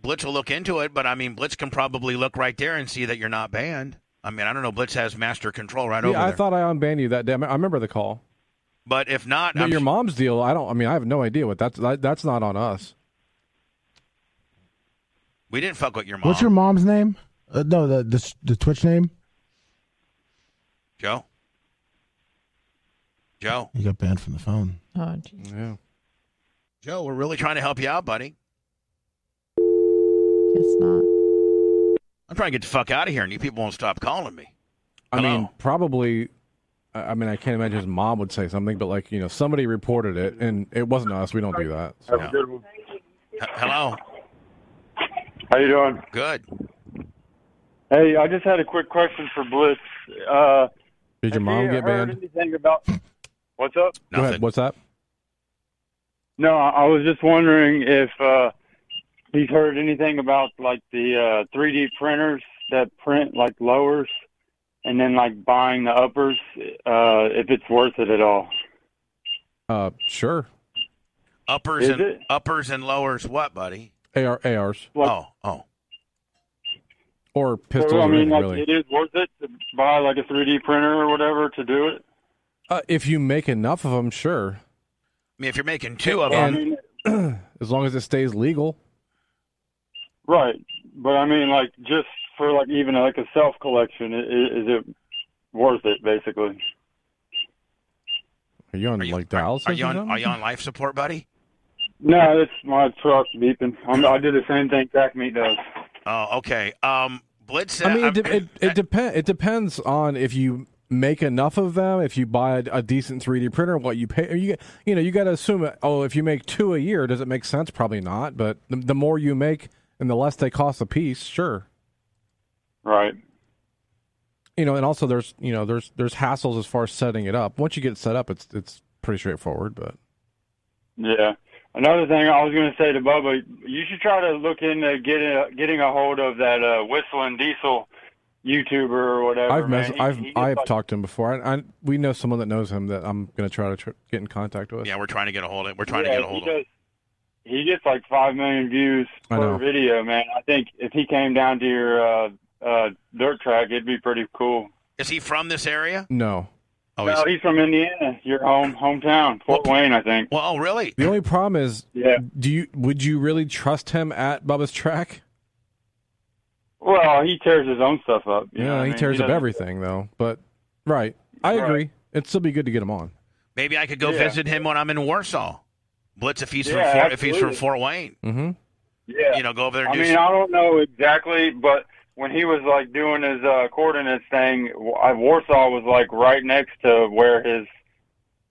[SPEAKER 1] Blitz will look into it, but I mean, Blitz can probably look right there and see that you're not banned. I mean, I don't know. Blitz has master control right over
[SPEAKER 2] yeah, I
[SPEAKER 1] there.
[SPEAKER 2] thought I unbanned you that day. I me- I remember the call.
[SPEAKER 1] but if not,
[SPEAKER 2] But
[SPEAKER 1] I'm
[SPEAKER 2] your mom's deal, I don't. I mean I have no idea what that's. That, that's not on us.
[SPEAKER 1] We didn't fuck with your mom,
[SPEAKER 3] What's your mom's name? Uh, no, the, the the Twitch name.
[SPEAKER 1] Joe. Joe.
[SPEAKER 3] You got banned from the phone.
[SPEAKER 5] Oh,
[SPEAKER 2] yeah.
[SPEAKER 1] Joe, we're really trying to help you out, buddy.
[SPEAKER 5] Guess not.
[SPEAKER 1] I'm trying to get the fuck out of here, and you people won't stop calling me.
[SPEAKER 2] I mean probably. I I mean I can't imagine his mom would say something, but like you know somebody reported it and it wasn't us. We don't do that. so.
[SPEAKER 1] Have a good
[SPEAKER 18] one.
[SPEAKER 1] Hello.
[SPEAKER 18] How you doing?
[SPEAKER 1] Good.
[SPEAKER 18] Hey, I just had a quick question for Blitz. Uh,
[SPEAKER 2] Did your
[SPEAKER 18] have
[SPEAKER 2] mom
[SPEAKER 18] you
[SPEAKER 2] get
[SPEAKER 18] heard
[SPEAKER 2] banned?
[SPEAKER 18] Anything about what's up?
[SPEAKER 2] Go ahead. What's that?
[SPEAKER 18] No, I I was just wondering if uh, he's heard anything about like the uh, 3D printers that print like lowers, and then like buying the uppers. Uh, if it's worth it at all.
[SPEAKER 2] Uh, sure.
[SPEAKER 1] Uppers
[SPEAKER 18] Is
[SPEAKER 1] and
[SPEAKER 18] it?
[SPEAKER 1] uppers and lowers. What, buddy?
[SPEAKER 2] AR, ARs.
[SPEAKER 1] oh, oh.
[SPEAKER 2] Or pistols.
[SPEAKER 18] so, I
[SPEAKER 2] or
[SPEAKER 18] mean,
[SPEAKER 2] anything,
[SPEAKER 18] like,
[SPEAKER 2] really.
[SPEAKER 18] it is worth it to buy like a 3D printer or whatever to do it.
[SPEAKER 2] Uh, if you make enough of them, sure.
[SPEAKER 1] I mean, if you're making two of them,
[SPEAKER 2] And as long as it stays legal.
[SPEAKER 18] Right, but I mean, like, just for like even like a self collection, is, is it worth it? Basically,
[SPEAKER 2] Are you on like dialysis?
[SPEAKER 1] are you
[SPEAKER 2] or
[SPEAKER 1] on
[SPEAKER 2] something?
[SPEAKER 1] are you on life support, buddy?
[SPEAKER 18] no, that's my truck beeping. I'm, I did the same thing Jack Meat does.
[SPEAKER 1] Oh, okay. Um, Blitz.
[SPEAKER 2] I mean, it,
[SPEAKER 1] I'm-
[SPEAKER 2] de- it, it depends. It depends on if you make enough of them. If you buy a, a decent 3D printer, what you pay. You get- you know you got to assume. uh, Oh, if you make two a year, does it make sense? Probably not. But the, the more you make and the less they cost a piece, sure.
[SPEAKER 18] Right.
[SPEAKER 2] You know, and also there's you know there's there's hassles as far as setting it up. Once you get it set up, it's it's pretty straightforward. But
[SPEAKER 18] Yeah. Another thing I was going to say to Bubba, you should try to look into getting a, getting a hold of that uh, whistling diesel YouTuber or whatever.
[SPEAKER 2] I've mess-
[SPEAKER 18] man. He-
[SPEAKER 2] I've
[SPEAKER 18] he just,
[SPEAKER 2] I have
[SPEAKER 18] like-
[SPEAKER 2] talked to him before. I, I we know someone that knows him that I'm going to try to tr- get in contact with.
[SPEAKER 1] yeah, we're trying to get a hold of. We're trying
[SPEAKER 18] yeah,
[SPEAKER 1] to get a hold
[SPEAKER 18] he
[SPEAKER 1] of.
[SPEAKER 18] Does, he gets like five million views
[SPEAKER 2] I know.
[SPEAKER 18] per video, man. I think if he came down to your uh, uh, dirt track, it'd be pretty cool.
[SPEAKER 1] Is he from this area?
[SPEAKER 2] No.
[SPEAKER 1] Oh,
[SPEAKER 18] no, he's, from Indiana, your home hometown, Fort Wayne, I think.
[SPEAKER 1] Well, oh, really?
[SPEAKER 2] The only problem is,
[SPEAKER 18] Yeah.
[SPEAKER 2] do you would you really trust him at Bubba's track?
[SPEAKER 18] Well, he tears his own stuff up. you
[SPEAKER 2] Yeah,
[SPEAKER 18] know what I
[SPEAKER 2] he
[SPEAKER 18] mean?
[SPEAKER 2] tears up
[SPEAKER 18] doesn't-
[SPEAKER 2] everything though. But right, I
[SPEAKER 18] Right.
[SPEAKER 2] agree. It'd still be good to get him on.
[SPEAKER 1] Maybe I could go
[SPEAKER 18] Yeah.
[SPEAKER 1] visit him when I'm in Warsaw. Blitz, if he's
[SPEAKER 18] Yeah,
[SPEAKER 1] from Fort, if he's from
[SPEAKER 18] absolutely.
[SPEAKER 1] Fort Wayne,
[SPEAKER 2] Mm-hmm.
[SPEAKER 18] Yeah.
[SPEAKER 1] you know, go over there. And
[SPEAKER 18] I
[SPEAKER 1] do
[SPEAKER 18] mean,
[SPEAKER 1] some-
[SPEAKER 18] I don't know exactly, but when he was like doing his uh, coordinates thing, w- I- Warsaw was like right next to where his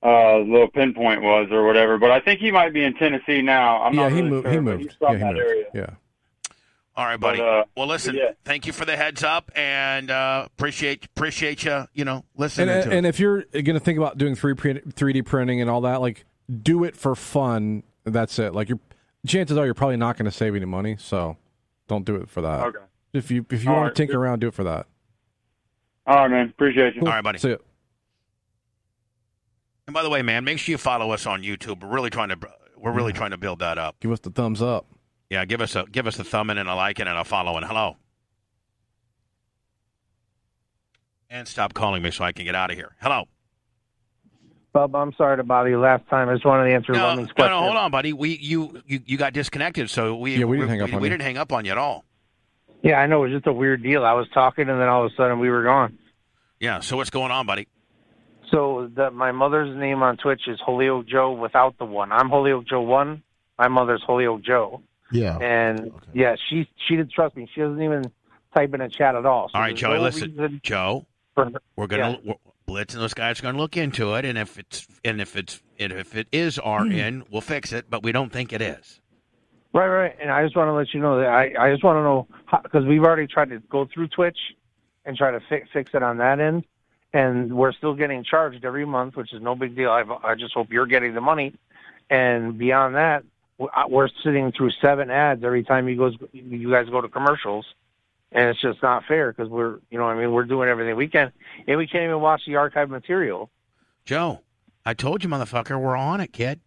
[SPEAKER 18] uh, little pinpoint was or whatever. But I think he might be in Tennessee now. I'm
[SPEAKER 2] yeah,
[SPEAKER 18] not
[SPEAKER 2] he
[SPEAKER 18] really
[SPEAKER 2] moved.
[SPEAKER 18] sure,
[SPEAKER 2] he
[SPEAKER 18] but he's
[SPEAKER 2] moved. Yeah,
[SPEAKER 18] from
[SPEAKER 2] he
[SPEAKER 18] that
[SPEAKER 2] moved.
[SPEAKER 18] area.
[SPEAKER 2] Yeah.
[SPEAKER 1] All right,
[SPEAKER 18] But,
[SPEAKER 1] buddy.
[SPEAKER 18] uh,
[SPEAKER 1] well, listen.
[SPEAKER 18] yeah.
[SPEAKER 1] Thank you for the heads up, and uh, appreciate appreciate you. You know,
[SPEAKER 2] And,
[SPEAKER 1] listening
[SPEAKER 2] and, uh,
[SPEAKER 1] to it.
[SPEAKER 2] if you're going to think about doing three three D printing and all that, like do it for fun. That's it. Like your chances are you're probably not going to save any money, so don't do it for that.
[SPEAKER 18] Okay.
[SPEAKER 2] If you if you
[SPEAKER 18] All
[SPEAKER 2] want
[SPEAKER 18] right.
[SPEAKER 2] to tinker around, do it for that.
[SPEAKER 18] All right, man. Appreciate you.
[SPEAKER 1] All right, buddy.
[SPEAKER 2] See ya.
[SPEAKER 1] And by the way, man, make sure you follow us on YouTube. We're really trying to we're really trying to build that up.
[SPEAKER 2] Give us the thumbs up.
[SPEAKER 1] Yeah, give us a give us a thumbing and a liking and a following. Hello. And stop calling me so I can get out of here. Hello.
[SPEAKER 17] Bub, I'm sorry to bother you last time. I just wanted to answer
[SPEAKER 1] No, no,
[SPEAKER 17] Lemon's
[SPEAKER 1] no,
[SPEAKER 17] question.
[SPEAKER 1] hold on, buddy. We you you, you got disconnected, so we
[SPEAKER 17] Yeah, we didn't hang up
[SPEAKER 1] we,
[SPEAKER 17] on
[SPEAKER 1] we
[SPEAKER 17] you.
[SPEAKER 1] didn't hang up on you at all.
[SPEAKER 17] Yeah, I know. It was just a weird deal. I was talking, and then all of a sudden we were gone.
[SPEAKER 1] Yeah. So what's going on, buddy?
[SPEAKER 17] So the, my mother's name on Twitch is Holyoke Joe without the one. I'm Holyoke Joe one. My mother's Holyoke Joe.
[SPEAKER 3] Yeah.
[SPEAKER 1] Oh,
[SPEAKER 17] And yeah, she she didn't trust me. She doesn't even type in a chat at all. So
[SPEAKER 1] All right,
[SPEAKER 17] there's
[SPEAKER 1] Joey.
[SPEAKER 17] no
[SPEAKER 1] listen,
[SPEAKER 17] reason
[SPEAKER 1] Joe.
[SPEAKER 17] for-
[SPEAKER 1] We're gonna we're, Blitz and those guys are gonna look into it, and if it's and if it's and if it is
[SPEAKER 17] Hmm.
[SPEAKER 1] RN, we'll fix it. But we don't think it is.
[SPEAKER 17] Right, right. And I just want to let you know that I, I just want to know because we've already tried to go through Twitch and try to fix fix it on that end. And we're still getting charged every month, which is no big deal. i I just hope you're getting the money. And beyond that, w- I- we're sitting through seven ads every time you goes you guys go to commercials, and it's just not fair because we're you know what I mean we're doing everything we can, and we can't even watch the archive material.
[SPEAKER 1] Joe, I told you, motherfucker, we're on it, kid.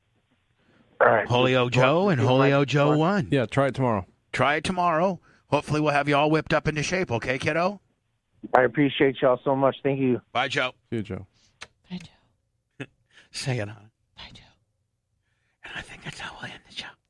[SPEAKER 17] All right.
[SPEAKER 1] Holyo Joe and Holyo Joe one.
[SPEAKER 2] Yeah, try it tomorrow.
[SPEAKER 1] Try it tomorrow. Hopefully, we'll have you all whipped up into shape. Okay, kiddo.
[SPEAKER 17] I appreciate y'all so much. Thank you.
[SPEAKER 1] Bye, Joe.
[SPEAKER 2] See you, Joe.
[SPEAKER 1] Say it, hon. Bye, Joe. And I think that's how we'll end the show.